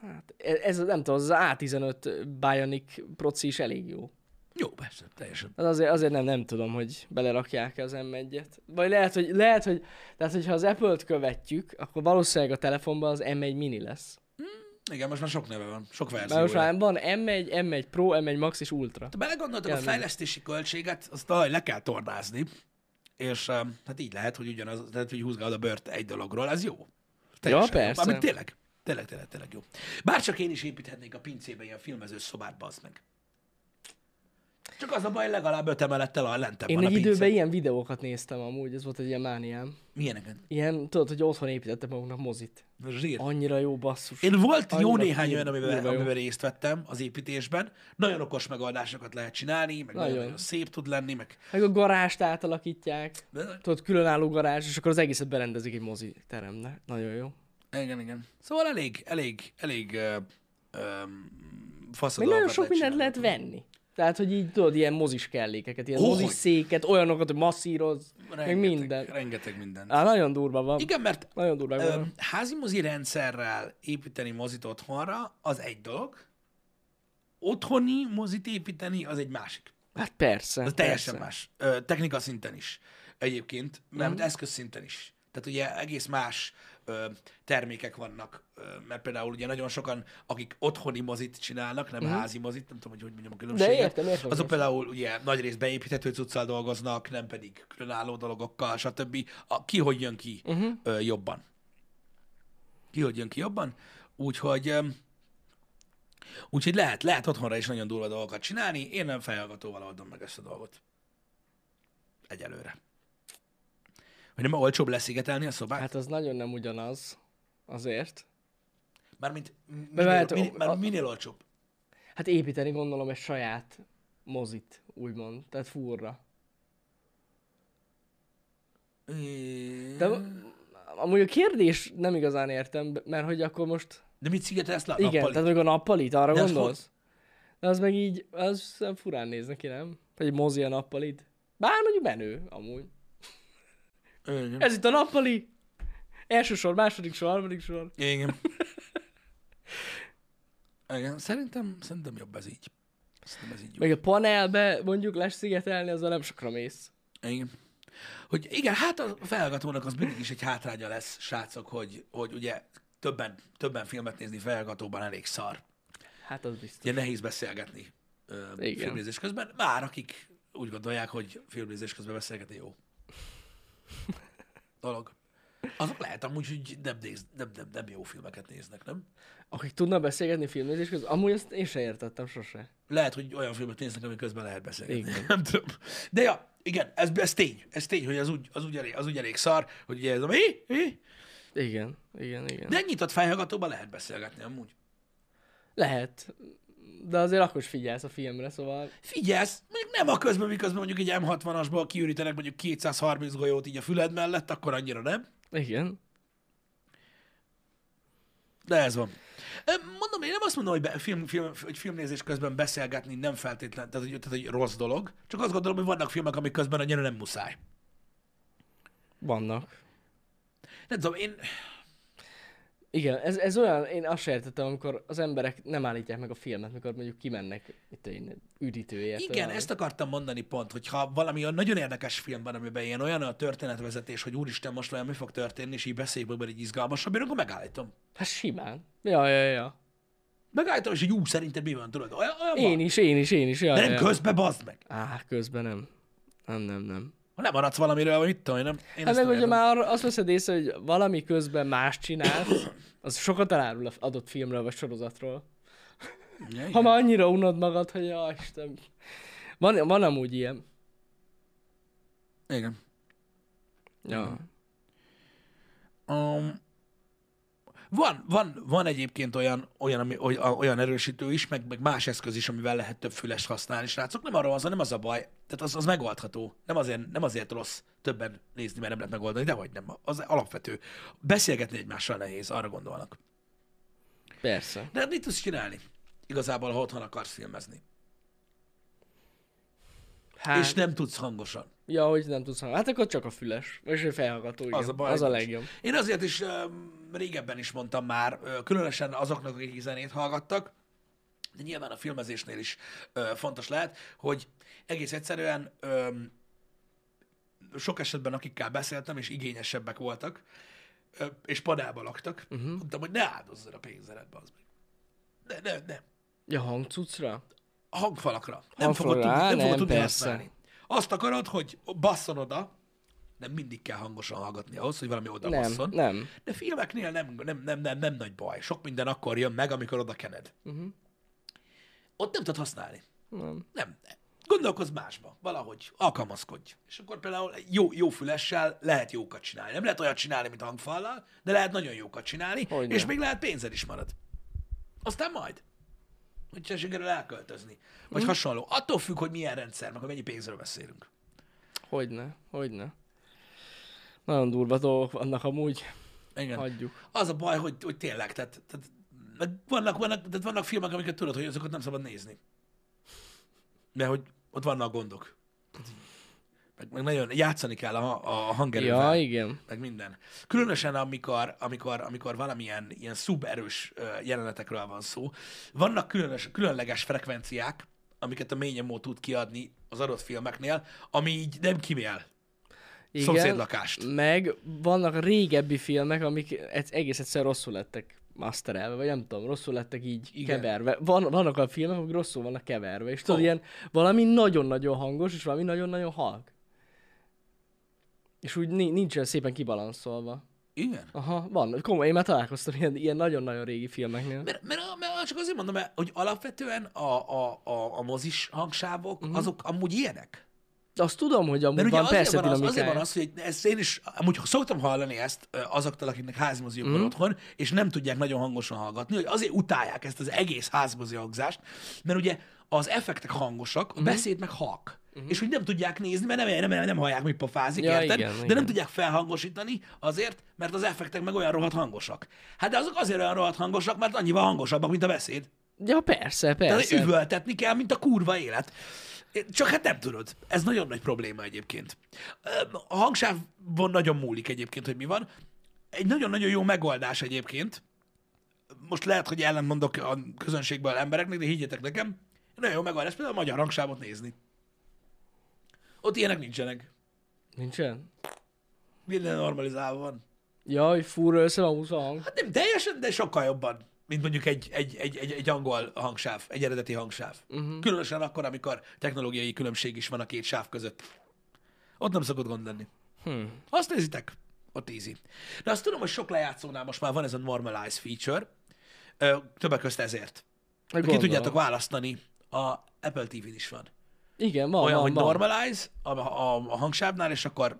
Speaker 1: hát e- ez nem tudom, az A15 Bionic proci is elég jó.
Speaker 2: Jó, persze, teljesen.
Speaker 1: Az azért, azért nem, nem tudom, hogy belerakják az M1-et. Vagy lehet, hogy, lehet, hogy, tehát, hogyha az Apple-t követjük, akkor valószínűleg a telefonban az M1 mini lesz.
Speaker 2: Igen, most már sok neve van, sok
Speaker 1: Mert most
Speaker 2: verziója.
Speaker 1: már van M1, M1 Pro, M1 Max és Ultra.
Speaker 2: Ha belegondoltam, a
Speaker 1: Jelenleg.
Speaker 2: fejlesztési költséget, azt valahogy le kell tornázni, és em, hát így lehet, hogy ugyanaz, tehát hogy húzgálod a bört egy dologról, ez jó.
Speaker 1: persze.
Speaker 2: Jó. Amit tényleg, tényleg, tényleg, tényleg jó. Bárcsak én is építhetnék a pincébe ilyen filmező szobát, bazd meg. Csak az a baj, legalább öt emelettel a lentem
Speaker 1: Én
Speaker 2: van a
Speaker 1: egy
Speaker 2: pince.
Speaker 1: időben ilyen videókat néztem amúgy, ez volt egy ilyen mániám.
Speaker 2: Milyeneket?
Speaker 1: Ilyen, tudod, hogy otthon építettek maguknak mozit.
Speaker 2: Zsír.
Speaker 1: Annyira jó basszus.
Speaker 2: Én volt jó
Speaker 1: Annyira
Speaker 2: néhány
Speaker 1: kín-
Speaker 2: olyan, amiben,
Speaker 1: kurva jó.
Speaker 2: amiben részt vettem az építésben. Nagyon okos megoldásokat lehet csinálni, meg nagyon,
Speaker 1: Nagyon.
Speaker 2: nagyon szép tud lenni, meg
Speaker 1: Meg a garást átalakítják. Tudod, különálló garázs, és akkor az egészet berendezik egy mozi terembe. Nagyon jó.
Speaker 2: igen, igen. Szóval elég, elég, elég ö, ö, fasz a
Speaker 1: Meg nagyon
Speaker 2: dolgokat
Speaker 1: sok mindent
Speaker 2: csinálni.
Speaker 1: lehet venni. Tehát, hogy így tudod, ilyen mozis kellékeket, ilyen
Speaker 2: Hogy?
Speaker 1: mozis széket, olyanokat, hogy masszíroz, meg
Speaker 2: Rengeteg-
Speaker 1: minden.
Speaker 2: Rengeteg minden.
Speaker 1: Á, nagyon durva van.
Speaker 2: Igen, mert
Speaker 1: Nagyon durva
Speaker 2: ö,
Speaker 1: van.
Speaker 2: házimozi rendszerrel építeni mozit otthonra az egy dolog, otthoni mozit építeni az egy másik.
Speaker 1: Hát persze.
Speaker 2: Ez teljesen
Speaker 1: persze. Mhm.
Speaker 2: más. Ö, technika szinten is egyébként, mert mm. eszköz szinten is. Tehát ugye egész más ö, termékek vannak, ö, mert például ugye nagyon sokan, akik otthoni mozit csinálnak, nem mm. házi mozit, nem tudom, hogy hogy mondjam a különbséget.
Speaker 1: Mhm. értem, értem,
Speaker 2: Azok
Speaker 1: persze.
Speaker 2: például ugye nagy rész beépíthető cuccal dolgoznak, nem pedig különálló dologokkal, stb. A, ki hogy jön ki
Speaker 1: Mhm.
Speaker 2: mm-hmm. ö, jobban. Ki hogy jön ki jobban. Úgyhogy... Ö, Úgyhogy lehet, lehet otthonra is nagyon durva dolgokat csinálni, én nem fejhallgatóval oldom meg ezt a dolgot. Egyelőre. Hogy nem olcsóbb leszigetelni a szobát? Hát,
Speaker 1: Hát az nagyon nem ugyanaz. Azért.
Speaker 2: Mármint m-
Speaker 1: De
Speaker 2: minél,
Speaker 1: lehet,
Speaker 2: lehet, minél,
Speaker 1: hát a-
Speaker 2: már minél olcsóbb.
Speaker 1: Hát építeni gondolom egy saját mozit, úgymond. Tehát furra. De amúgy a kérdés nem igazán értem, mert hogy akkor most...
Speaker 2: De mit szigetelsz le?
Speaker 1: Igen,
Speaker 2: Nappali?
Speaker 1: tehát mondjuk a nappalit, arra
Speaker 2: De az
Speaker 1: gondolsz? De az meg így, az szóval furán néz neki, nem? Hogy egy mozi a nappalit. Bár mondjuk menő, amúgy.
Speaker 2: Igen.
Speaker 1: Ez itt a nappali. Első sor, második sor, harmadik sor.
Speaker 2: Igen. Igen. Szerintem, szerintem jobb ez így. Szerintem ez így jó.
Speaker 1: Meg a panelbe mondjuk leszigetelni, azzal nem sokra mész.
Speaker 2: Igen. Hogy igen, hát a felhallgatónak az mindig is egy hátránya lesz, srácok, hogy, hogy ugye többen, többen filmet nézni felhallgatóban elég szar.
Speaker 1: Hát az biztos.
Speaker 2: Ugye nehéz beszélgetni ö,
Speaker 1: Igen.
Speaker 2: filmnézés közben. Már akik úgy gondolják, hogy filmnézés közben beszélgetni jó. Dolog. Azok lehet amúgy, hogy nem, néz, nem, nem, nem jó filmeket néznek, nem?
Speaker 1: Akik tudnak beszélgetni filmnézés közben, amúgy ezt én se értettem sose.
Speaker 2: Lehet, hogy olyan filmet néznek, amik közben lehet beszélgetni.
Speaker 1: Igen.
Speaker 2: Nem tudom. De ja, igen, ez, ez tény. Ez tény, hogy az úgy, az úgy, elég, az úgy elég szar, hogy ugye ez a mi, mi?
Speaker 1: Igen, igen, igen.
Speaker 2: De egy nyitott fejhallgatóban lehet beszélgetni amúgy.
Speaker 1: Lehet. De azért akkor is figyelsz a filmre, szóval...
Speaker 2: Figyelsz, mondjuk nem a közben, miközben mondjuk egy M60-asból kiürítenek mondjuk 230 golyót így a füled mellett, akkor annyira nem.
Speaker 1: Igen.
Speaker 2: De ez van. Ö, Mondom, én nem azt mondom, hogy, be, film, film, hogy filmnézés közben beszélgetni nem feltétlen, tehát hogy, tehát, hogy rossz dolog. Csak azt gondolom, hogy vannak filmek, amik közben annyira nem muszáj.
Speaker 1: Vannak.
Speaker 2: Nem tudom, én...
Speaker 1: Igen, ez, ez olyan, én azt se értettem, amikor az emberek nem állítják meg a filmet, mikor mondjuk kimennek itt én üdítőért.
Speaker 2: Igen, ezt akartam mondani pont, hogy ha valami olyan nagyon érdekes film van, amiben ilyen olyan a történetvezetés, hogy úristen, most olyan mi fog történni, és így beszéljük meg, mert így izgalmasabb, én akkor megállítom.
Speaker 1: Hát simán. Ja, ja, ja.
Speaker 2: Megállítom, és így ú, szerinted mi van, tudod? Olyan, olyan van.
Speaker 1: Én is, én is, én is. Ja,
Speaker 2: De
Speaker 1: ja,
Speaker 2: nem
Speaker 1: ja.
Speaker 2: közbe bazd meg.
Speaker 1: Á, közben nem. Nem, nem, nem.
Speaker 2: Ha nem maradsz valamiről, vagy mit tudom én, nem? Én
Speaker 1: Hát
Speaker 2: ezt
Speaker 1: meg
Speaker 2: nem
Speaker 1: hogyha már
Speaker 2: értem.
Speaker 1: azt veszed észre, hogy valami közben más csinálsz, az sokat elárul az adott filmről vagy sorozatról.
Speaker 2: Ja, igen.
Speaker 1: Ha már annyira unod magad, hogy ja, Isten. Van, van amúgy ilyen.
Speaker 2: Igen.
Speaker 1: Ja.
Speaker 2: Um, van, van, van egyébként olyan, olyan, ami, oly- a- olyan erősítő is, meg, meg más eszköz is, amivel lehet több fülest használni, srácok. Nem arra van, szó, nem az a baj. Tehát az, az megoldható. Nem azért, nem azért rossz többen nézni, mert nem lehet megoldani, de vagy nem. Az alapvető. Beszélgetni egymással nehéz, arra gondolnak.
Speaker 1: Persze.
Speaker 2: De hát mit tudsz csinálni? Igazából, ha otthon akarsz filmezni.
Speaker 1: Hát,
Speaker 2: És nem tudsz hangosan.
Speaker 1: ja, hogy nem tudsz hallani. Hát akkor csak a füles. És egy felhallgató, igen.
Speaker 2: Az a baj.
Speaker 1: az a
Speaker 2: nincs.
Speaker 1: legjobb.
Speaker 2: Én azért is öm, régebben is mondtam már, ö, különösen azoknak, akik zenét hallgattak, de nyilván a filmezésnél is ö, fontos lehet, hogy egész egyszerűen öm, sok esetben akikkel beszéltem, és igényesebbek voltak, ö, és padába laktak,
Speaker 1: Mhm.
Speaker 2: uh-huh. mondtam, hogy ne áldozzad a pénzeredbe az meg. Ne, ne, ne.
Speaker 1: Ja, hangcucra?
Speaker 2: A hangfalakra. Nem fogod
Speaker 1: Hangfalakra,
Speaker 2: tudni,
Speaker 1: á,
Speaker 2: nem, fogod
Speaker 1: nem,
Speaker 2: tudni
Speaker 1: persze.
Speaker 2: használni. Azt akarod, hogy basszon oda, nem mindig kell hangosan hallgatni ahhoz, hogy valami oda
Speaker 1: Nem,
Speaker 2: basszon.
Speaker 1: nem.
Speaker 2: De filmeknél nem, nem, nem, nem, nem nagy baj. Sok minden akkor jön meg, amikor oda kened. Uh-huh. Ott nem tudod használni.
Speaker 1: Mhm. Nem.
Speaker 2: Nem. Gondolkozz másba, valahogy, alkalmazkodj. És akkor például egy jó, jó fülessel lehet jókat csinálni. Nem lehet olyat csinálni, mint hangfallal, de lehet nagyon jókat csinálni,
Speaker 1: Hogyne.
Speaker 2: és még lehet pénzed is marad. Aztán majd. Hogyha sikerül elköltözni. Vagy
Speaker 1: Mhm.
Speaker 2: hasonló. Attól függ, hogy milyen rendszer, meg hogy mennyi pénzről beszélünk.
Speaker 1: Hogyne, hogyne. Nagyon durva dolgok vannak amúgy.
Speaker 2: Igen.
Speaker 1: Hagyjuk.
Speaker 2: Az a baj, hogy, hogy tényleg, tehát, tehát meg vannak, vannak, tehát vannak filmek, amiket tudod, hogy azokat nem szabad nézni. Mert hogy ott vannak gondok. Tehát így- Meg, meg nagyon játszani kell a, a hangerővel.
Speaker 1: Ja, igen.
Speaker 2: Meg minden. Különösen amikor, amikor, amikor valamilyen ilyen szuberős ö, jelenetekről van szó. Vannak különös, különleges frekvenciák, amiket a ményemó tud kiadni az adott filmeknél, ami így nem kimél.
Speaker 1: igen.
Speaker 2: Szomszédlakást.
Speaker 1: Meg vannak régebbi filmek, amik egy- egész egyszer rosszul lettek masterelve, vagy nem tudom, rosszul lettek így
Speaker 2: Igen. Oh.
Speaker 1: Igen. keverve. Van, vannak olyan filmek, amik rosszul vannak keverve, és tudod,
Speaker 2: Ó.
Speaker 1: ilyen valami nagyon-nagyon hangos, és valami nagyon-nagyon halk. És úgy ni- nincs olyan szépen kibalanszolva.
Speaker 2: Igen.
Speaker 1: Aha, van. Komoly, én már találkoztam ilyen, ilyen nagyon-nagyon régi filmeknél.
Speaker 2: Mert, mert, a- mert csak azért mondom, mert, hogy alapvetően a, a, a, a mozis hangsávok, uh-huh. azok amúgy ilyenek.
Speaker 1: Azt tudom, hogy amúgy
Speaker 2: Mert ugye
Speaker 1: Mhm. van
Speaker 2: azért
Speaker 1: persze
Speaker 2: van, az, azért
Speaker 1: dinamikája.
Speaker 2: van az, hogy ezt én is, amúgy szoktam hallani ezt ö, azoktól, akiknek házmozi van
Speaker 1: Mhm.
Speaker 2: otthon, és nem tudják nagyon hangosan hallgatni, hogy azért utálják ezt az egész házmozi hangzást, mert ugye az effektek hangosak, a
Speaker 1: Mhm.
Speaker 2: beszéd meg halk. És úgy nem tudják nézni, mert nem, nem, nem, nem hallják, hogy pofázik,
Speaker 1: Ja,
Speaker 2: érted?
Speaker 1: igen,
Speaker 2: de
Speaker 1: igen.
Speaker 2: nem tudják felhangosítani azért, mert az effektek meg olyan rohadt hangosak. Hát de azok azért olyan rohadt hangosak, mert annyival hangosabbak, mint a beszéd.
Speaker 1: Ja, persze,
Speaker 2: Tehát
Speaker 1: persze.
Speaker 2: üvöltetni kell, mint a kurva élet. Csak hát nem tudod. Ez nagyon nagy probléma egyébként. Öm, A hangsávon nagyon múlik egyébként, hogy mi van. Egy nagyon-nagyon jó megoldás egyébként. Most lehet, hogy ellentmondok a közönségből embereknek, de higgyetek nekem, nagyon jó megoldás például a magyar hangsávot nézni. Ott ilyenek nincsenek.
Speaker 1: Nincsen?
Speaker 2: Minden normalizálva van.
Speaker 1: Ja, hogy fúrra össze van húzva a hang.
Speaker 2: Hát nem teljesen, de sokkal jobban, mint mondjuk egy, egy, egy, egy, egy angol hangsáv, egy eredeti hangsáv.
Speaker 1: Mhm.
Speaker 2: Uh-huh. Különösen akkor, amikor technológiai különbség is van a két sáv között. Ott nem szokott gond lenni. Hmm. Azt nézitek, ott easy. De azt tudom, hogy sok lejátszónál most már van ez a normalize feature, Ö, többek közt ezért. Ki
Speaker 1: Gondolom.
Speaker 2: tudjátok választani, a Apple TV-n is van.
Speaker 1: Igen, van,
Speaker 2: Olyan,
Speaker 1: van,
Speaker 2: hogy
Speaker 1: van.
Speaker 2: normalize a, a, a hangsávnál, és akkor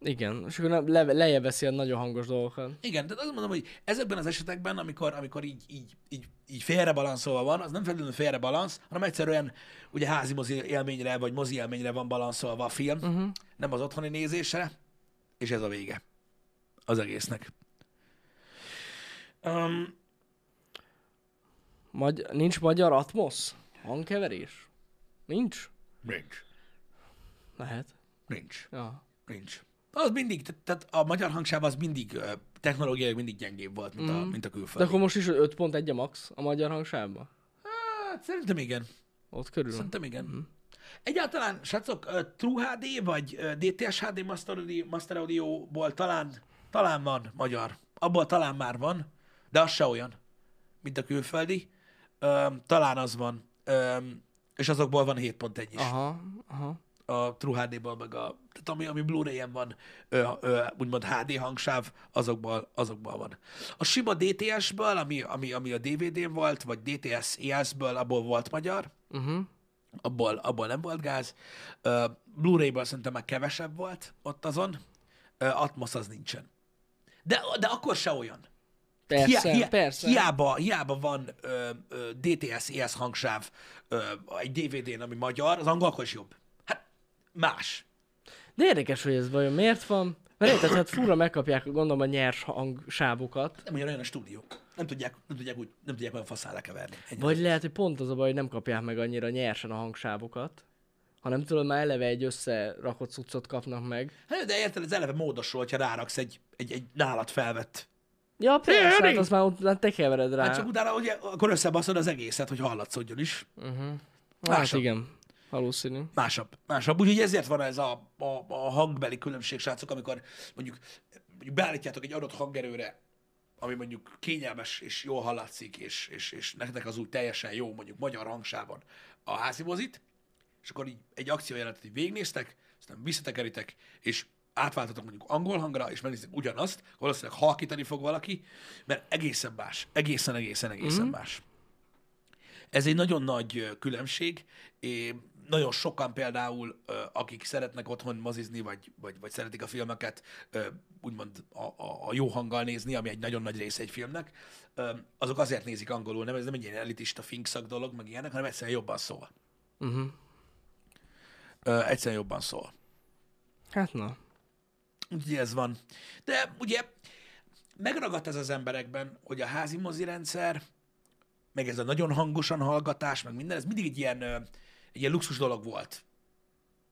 Speaker 1: Igen, és akkor nem, le, lejjebb veszi a nagyon hangos dolgokat.
Speaker 2: Igen, tehát azt mondom, hogy ezekben az esetekben, amikor, amikor így, így, így, így félre balanszolva van, az nem feltétlenül félre balansz, hanem egyszerűen ugye házi mozi élményre, vagy mozi élményre van balanszolva a film, uh-huh. nem az otthoni nézésre, és ez a vége az egésznek. Ö, Um,
Speaker 1: Magy- nincs magyar Atmos? Hangkeverés? Nincs?
Speaker 2: nincs.
Speaker 1: Lehet.
Speaker 2: Nincs.
Speaker 1: Ja.
Speaker 2: Nincs. Az mindig, teh- tehát a magyar hangsáv az mindig ö, technológiailag mindig gyengébb volt, mint a, mint a
Speaker 1: De
Speaker 2: külföldi.
Speaker 1: akkor most is 5.1 a max a magyar hangsávban?
Speaker 2: Hát, szerintem igen.
Speaker 1: Ott körül.
Speaker 2: Szerintem igen. Egyáltalán, srácok, ö, True HD vagy ö, DTS HD Master, Audio, Master Audio-ból talán, talán van magyar. Abból talán már van, de az se olyan, mint a külföldi. Öm, talán az van. Öm, és azokból van 7.1 is.
Speaker 1: Aha, aha.
Speaker 2: A True HD-ból, meg a... Tehát ami, ami Blu-ray-en van, ö, ö, úgymond HD hangsáv, azokból, azokból van. A sima DTS-ből, ami, ami, ami a DVD-n volt, vagy DTS ES-ből, abból volt magyar
Speaker 1: Uh-huh.
Speaker 2: abból, abból nem volt gáz. Ö, Blu-ray-ből szerintem már kevesebb volt ott azon. Ö, Atmos az nincsen. De, de akkor se olyan.
Speaker 1: Persze, persze.
Speaker 2: Hiába, hiába van ö, ö, DTS, ES E hangsáv ö, egy DVD-n, ami magyar, az angolkor is jobb. Hát más.
Speaker 1: De érdekes, hogy ez vajon miért van. Mert érted, hát fura megkapják gondolom a nyers hangsávokat.
Speaker 2: Nem olyan a stúdió. Nem tudják, nem tudják, úgy, nem tudják olyan faszán lekeverni. Ennyi.
Speaker 1: Vagy lehet, hogy pont az a baj, hogy nem kapják meg annyira nyersen a hangsávokat. Hanem tőle már eleve egy összerakott cuccot kapnak meg.
Speaker 2: Hát, de érted, ez eleve módosul, hogyha ráraksz egy, egy, egy nálad felvett.
Speaker 1: Ja, persze,
Speaker 2: Jani!
Speaker 1: hát azt már ott már te kevered rá.
Speaker 2: Hát csak utána ugye, akkor összebaszod az egészet, hogy hallatszódjon is.
Speaker 1: hát
Speaker 2: másabb.
Speaker 1: igen, valószínű.
Speaker 2: Másabb, másabb. Úgyhogy ezért van ez a, a, a hangbeli különbség, srácok, amikor mondjuk, mondjuk beállítjátok egy adott hangerőre, ami mondjuk kényelmes és jól hallatszik, és, és, és nektek az úgy teljesen jó, mondjuk magyar hangsában a házi mozit, és akkor így egy akciójelentet így végignéztek, aztán visszatekeritek, és átváltatok mondjuk angol hangra, és megnéztek ugyanazt, akkor valószínűleg halkítani fog valaki, mert egészen más, egészen, egészen, egészen mm-hmm. más. Ez egy nagyon nagy ö, különbség. É, nagyon sokan például, ö, akik szeretnek otthon mozizni, vagy, vagy, vagy szeretik a filmeket, ö, úgymond a, a, a jó hanggal nézni, ami egy nagyon nagy része egy filmnek, ö, azok azért nézik angolul, nem ez nem egy ilyen elitista finkszak dolog, meg ilyenek, hanem egyszerűen jobban szól.
Speaker 1: Mhm.
Speaker 2: Uh-huh. Egyszerűen jobban szól.
Speaker 1: Hát na.
Speaker 2: Úgyhogy ez van. De ugye megragadt ez az emberekben, hogy a házi mozi rendszer, meg ez a nagyon hangosan hallgatás, meg minden, ez mindig egy ilyen, ö, egy ilyen luxus dolog volt.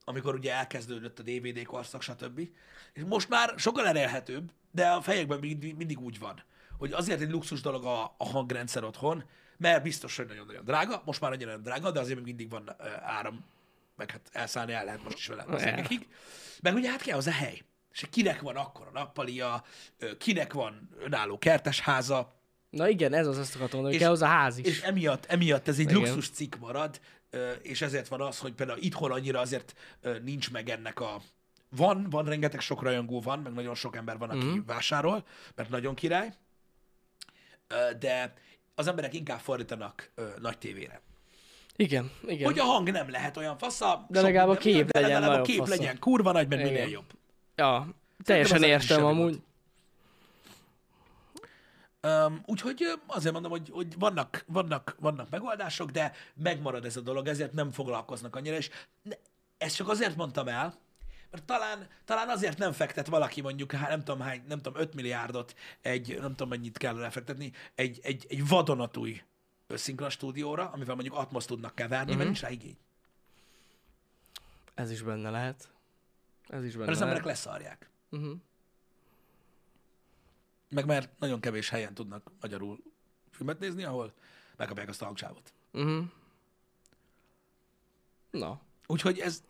Speaker 2: Amikor ugye elkezdődött a DVD korszak, stb. És most már sokkal elérhetőbb, de a fejekben mindig, mindig úgy van, hogy azért egy luxus dolog a, a hangrendszer otthon, mert biztos, hogy nagyon-nagyon drága, most már nagyon-nagyon drága, de azért még mindig van ö, áram, meg hát elszállni el lehet most is vele az
Speaker 1: El.
Speaker 2: évekig. Meg ugye hát kell az a hely. És kinek van akkora nappalia, ö, kinek van önálló kertesháza,
Speaker 1: Na igen, ez az azt akartam mondani, hogy
Speaker 2: És-
Speaker 1: kell hozzá ház is.
Speaker 2: és emiatt, emiatt ez egy
Speaker 1: Igen.
Speaker 2: luxus cikk marad, ö, és ezért van az, hogy például itthon annyira azért ö, nincs meg ennek a... Van, van rengeteg sok rajongó van, meg nagyon sok ember van, aki mm.
Speaker 1: Mhm.
Speaker 2: vásárol, mert nagyon király, Ö, de az emberek inkább fordítanak ö, nagy tévére.
Speaker 1: Igen, igen.
Speaker 2: Hogy a hang nem lehet olyan fasza,
Speaker 1: De
Speaker 2: sok
Speaker 1: legalább a
Speaker 2: minden miatt,
Speaker 1: kép
Speaker 2: de
Speaker 1: legyen
Speaker 2: legalább a
Speaker 1: nagyon
Speaker 2: kép
Speaker 1: fasza.
Speaker 2: legyen kurva nagy, meg minél
Speaker 1: Igen.
Speaker 2: jobb.
Speaker 1: Ja, teljesen
Speaker 2: az a
Speaker 1: értem
Speaker 2: legkisebb
Speaker 1: amúgy.
Speaker 2: Um, úgyhogy ö, azért mondom, hogy, hogy vannak, vannak, vannak megoldások, de megmarad ez a dolog, ezért nem foglalkoznak annyira, és ne, ezt csak azért mondtam el, mert talán, talán azért nem fektet valaki mondjuk, hát nem tudom hány, nem tudom, 5 milliárdot, egy, nem tudom mennyit kell lefektetni, egy, egy, egy vadonatúj ö, szinkron stúdióra, amivel mondjuk Atmos tudnak keverni, mert nincs rá igény.
Speaker 1: Ez is benne lehet. Ez is benne
Speaker 2: Mert az
Speaker 1: lehet. Mhm.
Speaker 2: emberek leszarják. Uh-huh. Meg mert nagyon kevés helyen tudnak magyarul filmet nézni, ahol megkapják azt a hangsávot.
Speaker 1: Na.
Speaker 2: Úgyhogy ez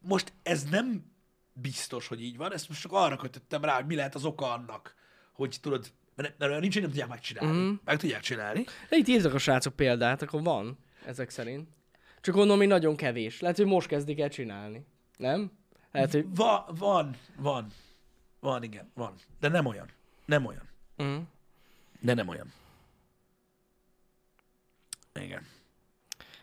Speaker 2: most ez nem biztos, hogy így van, ezt most csak arra kötöttem rá, hogy mi lehet az oka annak, hogy tudod, mert, mert olyan nincs, hogy nem tudják megcsinálni. Mm. Meg tudják csinálni.
Speaker 1: De itt írtak a srácok példát, akkor van ezek szerint. Csak gondolom, hogy nagyon kevés. Lehet, hogy most kezdik el csinálni. Nem? Lehet, hogy...
Speaker 2: Va, van, van, van, igen, van. De nem olyan. Nem olyan.
Speaker 1: Mm.
Speaker 2: De nem olyan. Igen.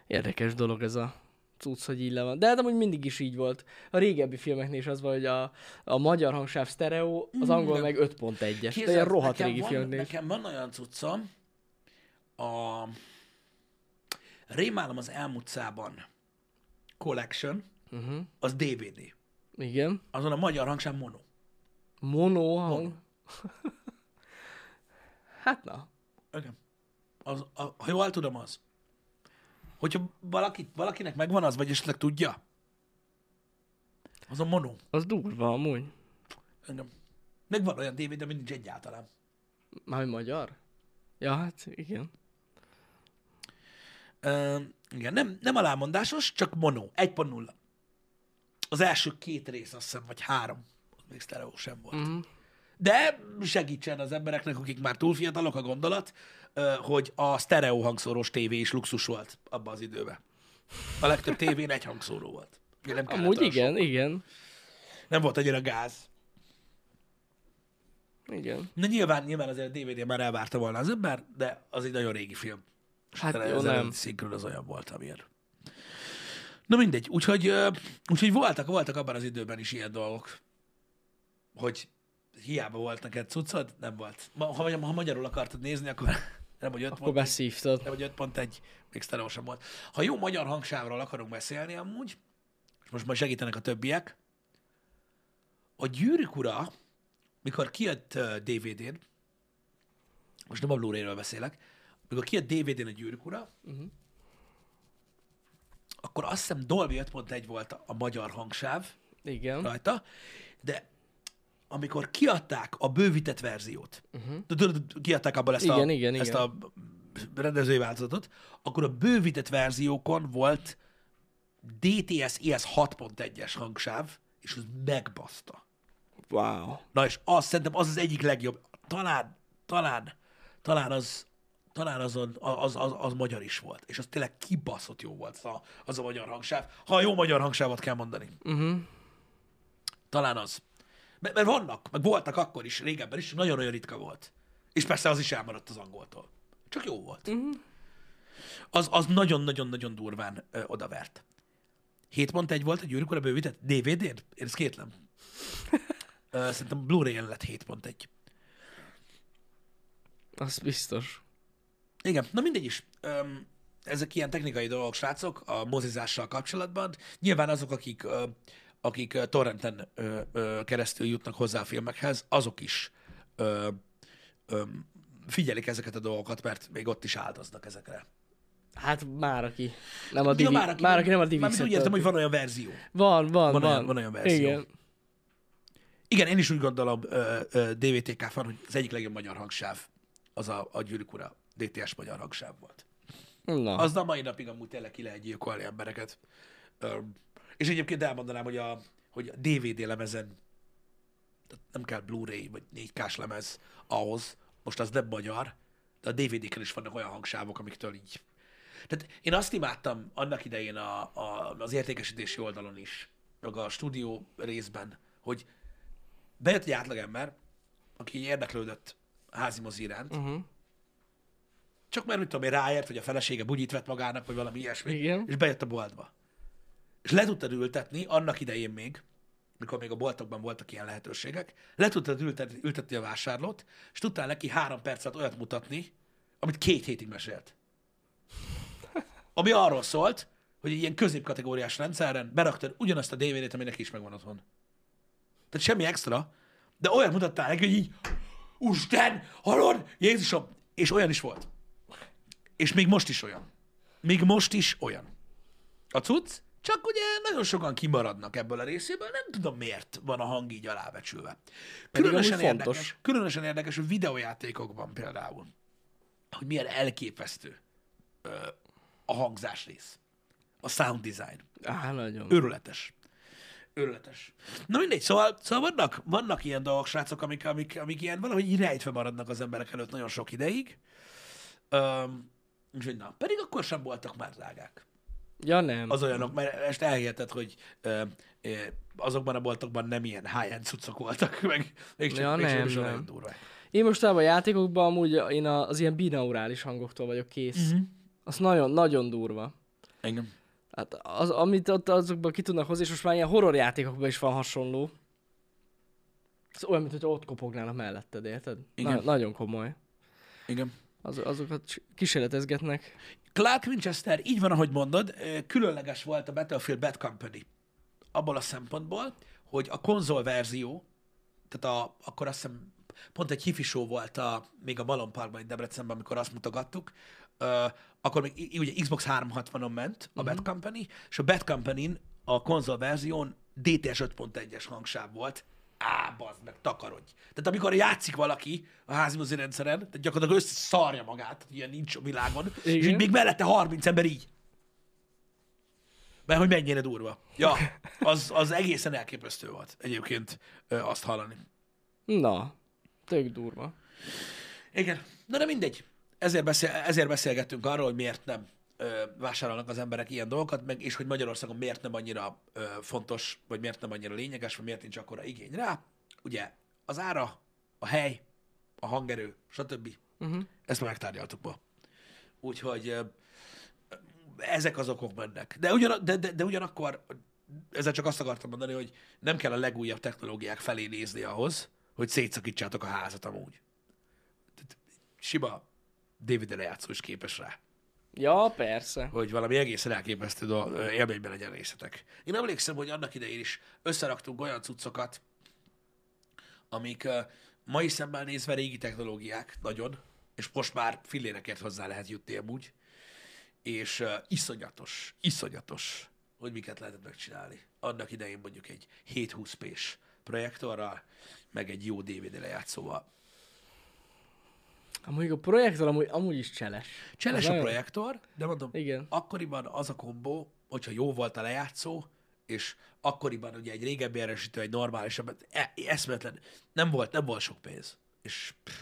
Speaker 1: Érdekes dolog ez a cucc, hogy így le van. De hát amúgy mindig is így volt. A régebbi filmeknél is az volt, hogy a, a magyar hangsáv sztereó, az angol meg 5.1-es. De ilyen
Speaker 2: Képzeld,
Speaker 1: rohadt
Speaker 2: Mm, nekem
Speaker 1: régi
Speaker 2: van,
Speaker 1: filmnél is.
Speaker 2: Nekem van olyan cuccom, a Rémálom az elmúcában collection,
Speaker 1: Mhm.
Speaker 2: uh-huh. az DVD.
Speaker 1: Igen.
Speaker 2: Azon a magyar hang sem mono.
Speaker 1: Mono hang. Hát na.
Speaker 2: Igen. Az, a, ha jól tudom, az. Hogyha valaki, valakinek megvan az, vagy esetleg tudja, az a mono.
Speaker 1: Az durva amúgy.
Speaker 2: Engem. Meg van olyan DVD, ami nincs egyáltalán.
Speaker 1: Mármint magyar? Ja, hát igen.
Speaker 2: Ö, igen, nem, nem alámondásos, csak mono. 1.0. Az első két rész, azt hiszem, vagy három. Az még sztereó sem volt.
Speaker 1: Mhm.
Speaker 2: De segítsen az embereknek, akik már túl fiatalok a gondolat, ö, hogy a sztereó hangszórós tévé is luxus volt abban az időben. A legtöbb tévén egy hangszóró volt. Ugye Nem kellett
Speaker 1: Amúgy
Speaker 2: olyan
Speaker 1: igen, igen.
Speaker 2: sok. Nem volt annyira gáz.
Speaker 1: Igen.
Speaker 2: Na nyilván, nyilván azért a DVD már elvárta volna az ember, de az egy nagyon régi film. És
Speaker 1: Hát
Speaker 2: talán
Speaker 1: jó,
Speaker 2: az
Speaker 1: nem.
Speaker 2: eredeti szinkron az olyan volt, amilyen. Na mindegy, úgyhogy, ö, úgyhogy voltak, voltak abban az időben is ilyen dolgok, hogy hiába volt neked cuccod, nem volt. Ma- Ha, ha magyarul akartad nézni, akkor nem, hogy öt
Speaker 1: Akkor beszívtad.
Speaker 2: nem, hogy 5.1 még sztereó sem volt. Ha jó magyar hangsávról akarunk beszélni amúgy, és most majd segítenek a többiek, a Gyűrűk ura, mikor kijött ö, DVD-n, most nem a Blu-ray-ről beszélek, mikor kijött DVD-n a Gyűrűk ura, uh-huh. akkor azt hiszem Dolby 5.1 volt a magyar hangsáv,
Speaker 1: Igen.
Speaker 2: rajta, de amikor kiadták a bővített verziót, uh-huh. tudod, kiadták abban ezt,
Speaker 1: Mhm. Igen,
Speaker 2: a,
Speaker 1: igen,
Speaker 2: ezt
Speaker 1: igen.
Speaker 2: a rendezői változatot, akkor a bővített verziókon volt DTS ES 6.1-es hangsáv, és az megbaszta.
Speaker 1: Wow.
Speaker 2: Na és az szerintem az az egyik legjobb. Talán, talán, talán az, talán azon, az, az, az magyar is volt. És az tényleg kibaszott jó volt az a, az a magyar hangsáv. Ha jó magyar hangsávot kell mondani. Uh-huh. Talán az. Mert, mert vannak, meg voltak akkor is, régebben is, nagyon-nagyon ritka volt. És persze az is elmaradt az angoltól. Csak jó volt. Uh-huh. Az, az nagyon-nagyon-nagyon durván ö, odavert. 7.1 volt a gyűrűkor a bővített DVD-n? Én ezt kétlem. Ö, Szerintem Blu-ray-en lett 7.1.
Speaker 1: Az biztos.
Speaker 2: Igen, na mindegy is. Öm, ezek ilyen technikai dolgok, srácok, a mozizással kapcsolatban. Nyilván azok, akik, ö, akik ö, torrenten ö, ö, keresztül jutnak hozzá a filmekhez, azok is ö, ö, figyelik ezeket a dolgokat, mert még ott is áldoznak ezekre.
Speaker 1: Hát már aki. Nem a
Speaker 2: De
Speaker 1: divi. Már aki nem a divi.
Speaker 2: Mármint úgy értem, hogy van olyan verzió.
Speaker 1: Van, van,
Speaker 2: Van
Speaker 1: van.
Speaker 2: olyan- van olyan verzió.
Speaker 1: Igen.
Speaker 2: Igen, én is úgy gondolom ö, ö, DVTK fan, hogy az egyik legjobb magyar hangsáv az a, a Gyűrűk Ura DTS magyar hangsáv volt.
Speaker 1: Na.
Speaker 2: Az a mai napig amúgy tényleg ki lehet gyilkolni embereket. Öm, és egyébként elmondanám, hogy a, hogy a DVD lemezen tehát nem kell Blu-ray vagy 4K-s lemez ahhoz, most az nem magyar, de a DVD-ken is vannak olyan hangsávok, amiktől így. Tehát én azt imádtam annak idején a, a, az értékesítési oldalon is, meg a stúdió részben, hogy bejött egy átlagember, aki érdeklődött házimoz iránt,
Speaker 1: Uh-huh.
Speaker 2: csak mert, mit tudom én, ráért, hogy a felesége bugyit vett magának, vagy valami ilyesmi,
Speaker 1: Igen.
Speaker 2: és bejött a boltba. És le tudtad ültetni, annak idején még, mikor még a boltokban voltak ilyen lehetőségek, le tudtad ültetni, ültetni a vásárlót, és tudtál neki három perc alatt olyat mutatni, amit két hétig mesélt. Ami arról szólt, hogy egy ilyen középkategóriás rendszeren beraktad ugyanazt a DVD-t, ami neki is megvan otthon. Tehát semmi extra, de olyat mutattál neki, hogy így, Úristen, halad, Jézusom! És olyan is volt. És még most is olyan. Még most is olyan. A cucc, csak ugye nagyon sokan kimaradnak ebből a részéből, nem tudom miért van a hang így alábecsülve. Különösen
Speaker 1: amúgy
Speaker 2: érdekes,
Speaker 1: fontos.
Speaker 2: különösen érdekes, hogy videójátékokban például, hogy milyen elképesztő ö, a hangzás rész. A sound design.
Speaker 1: Á, nagyon.
Speaker 2: Őrületes. Őrületes. Na mindegy, szóval, szóval vannak, vannak ilyen dolgok, srácok, amik, amik, amik ilyen valahogy így rejtve maradnak az emberek előtt nagyon sok ideig. Öm, úgyhogy na, pedig akkor sem voltak már drágák.
Speaker 1: Ja nem.
Speaker 2: Az olyanok, mert ezt elhiheted, hogy ö, ö, azokban a boltokban nem ilyen high-end cuccok voltak, meg még csak,
Speaker 1: Ja,
Speaker 2: még
Speaker 1: nem,
Speaker 2: nem, nem.
Speaker 1: nem.
Speaker 2: olyan durvák.
Speaker 1: Én mostában a játékokban amúgy én a- az ilyen binaurális hangoktól vagyok
Speaker 2: Mhm.
Speaker 1: kész. Uh-huh. Az nagyon, nagyon durva.
Speaker 2: Engem.
Speaker 1: Hát az, amit ott azokban ki tudnak hozni, és most már ilyen horror játékokban is van hasonló. Ez olyan, mint hogy ott kopognának melletted, érted?
Speaker 2: Igen.
Speaker 1: Na, nagyon komoly.
Speaker 2: Igen.
Speaker 1: Az, azokat s- kísérletezgetnek.
Speaker 2: Clark Winchester, így van, ahogy mondod, ö, különleges volt a Battlefield Bad Company. Abból a szempontból, hogy a konzol verzió, tehát a, akkor azt hiszem, pont egy hifi show volt a, még a Balon Parkban, itt Debrecenben, amikor azt mutogattuk, ö, akkor még i- ugye Xbox 360-on ment a Bad Company, és a Bad company a konzol verzión DTS 5.1-es hangsáv volt, á, bazd meg, takarodj. Tehát amikor játszik valaki a házimozi rendszeren, tehát gyakorlatilag összeszarja magát, ilyen nincs a világon, és
Speaker 1: Igen.
Speaker 2: így még mellette 30 ember így. Mert hogy mennyire durva. Ja, az, az egészen elképesztő volt egyébként ö, azt hallani.
Speaker 1: Na, tök durva.
Speaker 2: Igen. Na de mindegy. Ezért, beszél, ezért beszélgettünk arról, hogy miért nem ö, vásárolnak az emberek ilyen dolgokat, meg, és hogy Magyarországon miért nem annyira ö, fontos, vagy miért nem annyira lényeges, vagy miért nincs akkora igény rá. Ugye az ára, a hely, a hangerő, stb. Uh-huh. Ezt már megtárgyaltuk ma. Úgyhogy ö, ezek az okok mennek. De, ugyan, de, de, de ugyanakkor ezzel csak azt akartam mondani, hogy nem kell a legújabb technológiák felé nézni ahhoz, hogy szétszakítsátok a házat amúgy sima DVD lejátszó is képes rá,
Speaker 1: Ja, persze.
Speaker 2: hogy valami egészen elképesztő do- ö, élményben legyen részletek. Én emlékszem, hogy annak idején is összeraktunk olyan cuccokat, amik ö, mai szemmel nézve régi technológiák nagyon, és most már fillérekért hozzá lehet jutni amúgy, és ö, iszonyatos, iszonyatos, hogy miket lehetett megcsinálni. Annak idején mondjuk egy 720p-s projektorral, meg egy jó DVD lejátszóval.
Speaker 1: Amúgy a projektor amúgy, amúgy is cseles.
Speaker 2: Cseles
Speaker 1: Az
Speaker 2: a
Speaker 1: nagyon-
Speaker 2: projektor, de mondom,
Speaker 1: Igen.
Speaker 2: akkoriban az a kombó, hogyha jó volt a lejátszó, és akkoriban ugye egy régebbi erősítő, egy normálisabb, e- eszmetlen, nem volt, nem volt sok pénz. És pff,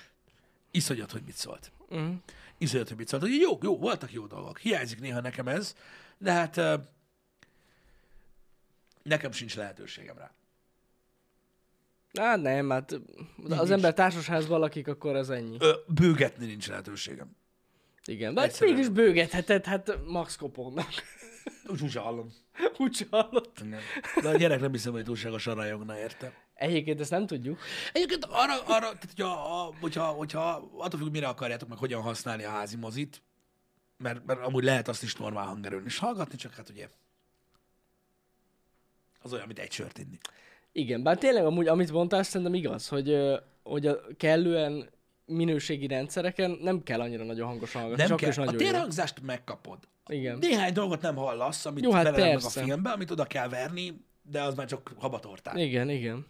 Speaker 2: iszonyat, hogy mit szólt.
Speaker 1: Mhm.
Speaker 2: Iszonyat, hogy mit szólt. Ugye jó, jó, voltak jó dolgok. Hiányzik néha nekem ez, de hát ö, nekem sincs lehetőségem rá.
Speaker 1: Hát nem, hát az
Speaker 2: nincs.
Speaker 1: ember társasházban lakik, akkor az ennyi.
Speaker 2: Ö, bőgetni nincs lehetőségem.
Speaker 1: Igen, de hát
Speaker 2: egyszerűen.
Speaker 1: mégis bőgetheted, hát max kopognak.
Speaker 2: Úgy sem hallom.
Speaker 1: Úgy hallott.
Speaker 2: De a gyerek nem hiszem, hogy túlságosan rajongna, értem.
Speaker 1: Egyébként ezt nem tudjuk.
Speaker 2: Egyébként arra, arra tehát, hogyha, a, hogyha, hogyha attól függ, mire akarjátok, meg hogyan használni a házi mozit, mert, mert amúgy lehet azt is normál hangerőn is hallgatni, csak hát ugye az olyan, mint egy sört inni.
Speaker 1: Igen, bár tényleg amúgy, amit mondtál, szerintem igaz, hogy, ö, hogy a kellően minőségi rendszereken nem kell annyira nagyon hangosan hallgatni,
Speaker 2: Nem
Speaker 1: csak
Speaker 2: kell.
Speaker 1: is
Speaker 2: A
Speaker 1: nagyon jó.
Speaker 2: térhangzást megkapod.
Speaker 1: Igen.
Speaker 2: Néhány dolgot nem hallasz, amit
Speaker 1: Jó,
Speaker 2: Jó,
Speaker 1: hát
Speaker 2: hát a
Speaker 1: persze.
Speaker 2: filmbe, amit oda kell verni, de az már csak habatortán.
Speaker 1: Igen, igen.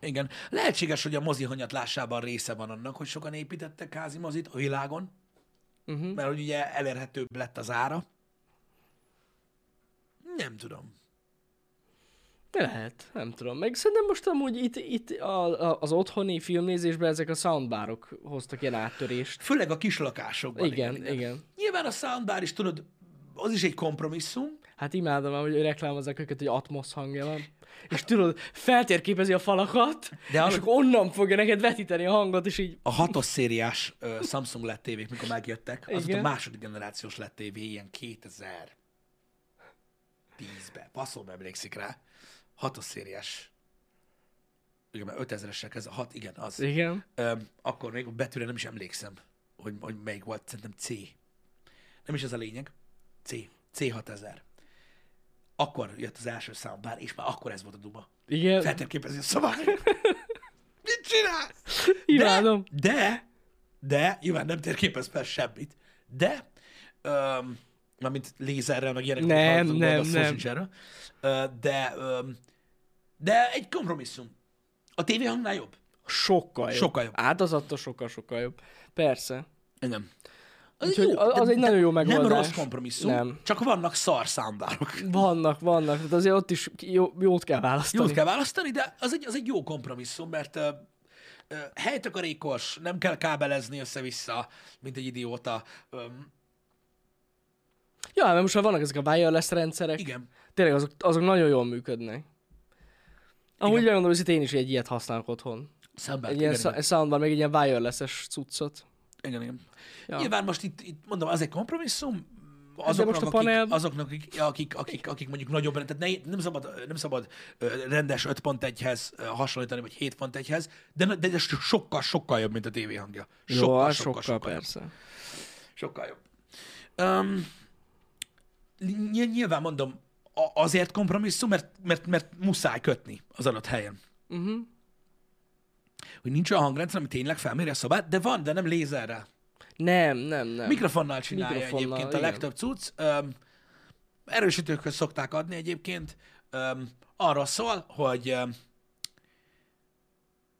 Speaker 2: Igen. Lehetséges, hogy a mozi hanyatlásában része van annak, hogy sokan építettek házi mozit a világon,
Speaker 1: Mhm.
Speaker 2: uh-huh. mert hogy ugye elérhetőbb lett az ára. Nem tudom.
Speaker 1: De lehet, nem tudom. Meg szerintem most amúgy itt, itt a, a, az otthoni filmnézésben ezek a soundbárok hoztak ilyen áttörést.
Speaker 2: Főleg a kislakásokban.
Speaker 1: Igen, igen. igen.
Speaker 2: Nyilván a soundbar is, tudod, az is egy kompromisszum.
Speaker 1: Hát imádom már, hogy reklámozzák őket, hogy Atmos hangja van. És tudod, feltérképezi a falakat, de
Speaker 2: hallod-
Speaker 1: és akkor onnan fogja neked vetíteni a hangot, és így
Speaker 2: A hatos szériás ö, Samsung lett tévék, mikor megjöttek, az
Speaker 1: Igen.
Speaker 2: a második generációs lett tévé, ilyen 2010-ben. Faszom emlékszik rá. Hatos szériás. Igen, mert 5000-esek ez a hat, igen, az.
Speaker 1: Igen.
Speaker 2: Öm, akkor még a betűre nem is emlékszem, hogy, hogy melyik volt, szerintem C. Nem is ez a lényeg. C. C6000. Akkor jött az első soundbar, és már akkor ez volt a duma.
Speaker 1: Igen,
Speaker 2: Feltérképezi a szobát. Mit csinálsz?
Speaker 1: imádom.
Speaker 2: De, de, de, nyilván nem térképez fel semmit, de, öm, mármint lézerrel, meg ilyenek,
Speaker 1: Nem,
Speaker 2: hallottam,
Speaker 1: nem,
Speaker 2: de szó
Speaker 1: nem.
Speaker 2: sincs erről. Ö, de, öm, de egy kompromisszum. A tévéhangnál jobb.
Speaker 1: Sokkal jobb. Hát
Speaker 2: Sokkal jobb.
Speaker 1: Áldozattól sokkal-sokkal jobb. Persze.
Speaker 2: Igen. Az,
Speaker 1: Úgyhogy az
Speaker 2: de-
Speaker 1: egy
Speaker 2: de
Speaker 1: nagyon jó
Speaker 2: Nem
Speaker 1: megoldás.
Speaker 2: rossz kompromisszum,
Speaker 1: Nem.
Speaker 2: nem. csak vannak szar szándárok.
Speaker 1: Vannak, vannak. Tehát azért ott is jó, jót kell választani.
Speaker 2: Jót kell választani, de az egy, az egy jó kompromisszum, mert uh, uh, helytakarékos, nem kell kábelezni össze-vissza, mint egy idióta. Um,
Speaker 1: Ja, mert most már vannak ezek a wireless rendszerek.
Speaker 2: igen.
Speaker 1: Tényleg azok, azok nagyon jól működnek. Amúgy megmondom, hogy én is egy ilyet használok otthon.
Speaker 2: Szemben.
Speaker 1: Egy ilyen
Speaker 2: Igen,
Speaker 1: szá- egy soundbar, meg egy ilyen wireless-es cuccot.
Speaker 2: igen, igen.
Speaker 1: Ja.
Speaker 2: Ja. Nyilván most itt, itt mondom, az egy kompromisszum,
Speaker 1: de
Speaker 2: azoknak,
Speaker 1: most a
Speaker 2: akik,
Speaker 1: panel-
Speaker 2: azoknak akik, akik, akik, akik mondjuk nagyobb, tehát ne, nem, szabad, nem szabad ö, rendes 5.1-hez ö, hasonlítani, vagy 7.1-hez, de, de ez sokkal, sokkal jobb, mint a tévé hangja.
Speaker 1: Jó, sokkal, sokkal persze.
Speaker 2: Sokkal jobb. Um, ny- nyilván mondom, a- azért kompromisszum, mert, mert, mert muszáj kötni az adott helyen.
Speaker 1: Uh-huh.
Speaker 2: hogy nincs olyan hangrendszer, ami tényleg felméri a szobát, de van, de nem lézerrel.
Speaker 1: Nem, nem, nem.
Speaker 2: Mikrofonnal csinálja
Speaker 1: Mikrofonnal,
Speaker 2: egyébként a
Speaker 1: igen.
Speaker 2: legtöbb cucc. Öm, erősítőkhöz szokták adni egyébként. Öm, arra szól, hogy öm,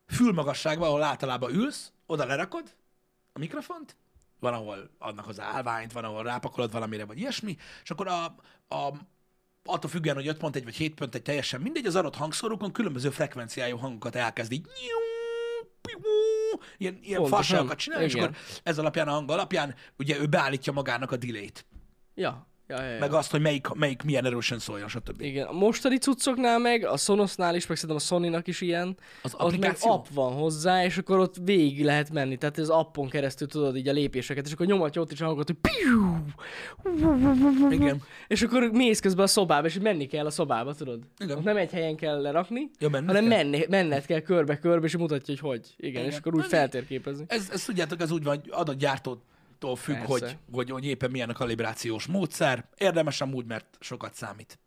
Speaker 2: fülmagasságban, ahol általában ülsz, oda lerakod a mikrofont, van, ahol adnak hozzá állványt, van, ahol rápakolod valamire, vagy ilyesmi, és akkor a, a attól függően, hogy 5.1 vagy 7.1 teljesen mindegy, az adott hangszorokon különböző frekvenciájú hangokat elkezd így nyúú, piú, ilyen, ilyen
Speaker 1: Pontosan.
Speaker 2: farságokat csinálni, és
Speaker 1: Igen.
Speaker 2: akkor ez alapján, a hang alapján, ugye ő beállítja magának a delay-t,
Speaker 1: Ja, ja, ja, ja.
Speaker 2: meg azt, hogy melyik, melyik milyen erősen szóljon, stb.
Speaker 1: Igen, a mostani cuccoknál meg, a Sonosnál is, meg szerintem a Sonynak is ilyen,
Speaker 2: Az
Speaker 1: ott meg
Speaker 2: applikáció?
Speaker 1: app van hozzá, és akkor ott végig lehet menni, tehát az appon keresztül tudod így a lépéseket, és akkor nyomatja ott is a hangot, hogy piu, Mhm.
Speaker 2: Igen.
Speaker 1: és akkor mész közben a szobába, és így menni kell a szobába, tudod?
Speaker 2: Igen.
Speaker 1: Ott Hát nem hát egy helyen kell lerakni,
Speaker 2: Ja, menned
Speaker 1: hanem
Speaker 2: kell.
Speaker 1: menni, menned kell körbe-körbe, és mutatja, hogy hogy. Igen, Igen. és akkor úgy
Speaker 2: Na, mi-
Speaker 1: feltérképezni.
Speaker 2: Ez, ez tudjátok, ez úgy van, hogy adott gyártótól függ,
Speaker 1: Persze.
Speaker 2: hogy, hogy, hogy éppen milyen a kalibrációs módszer. Érdemes amúgy, mert sokat számít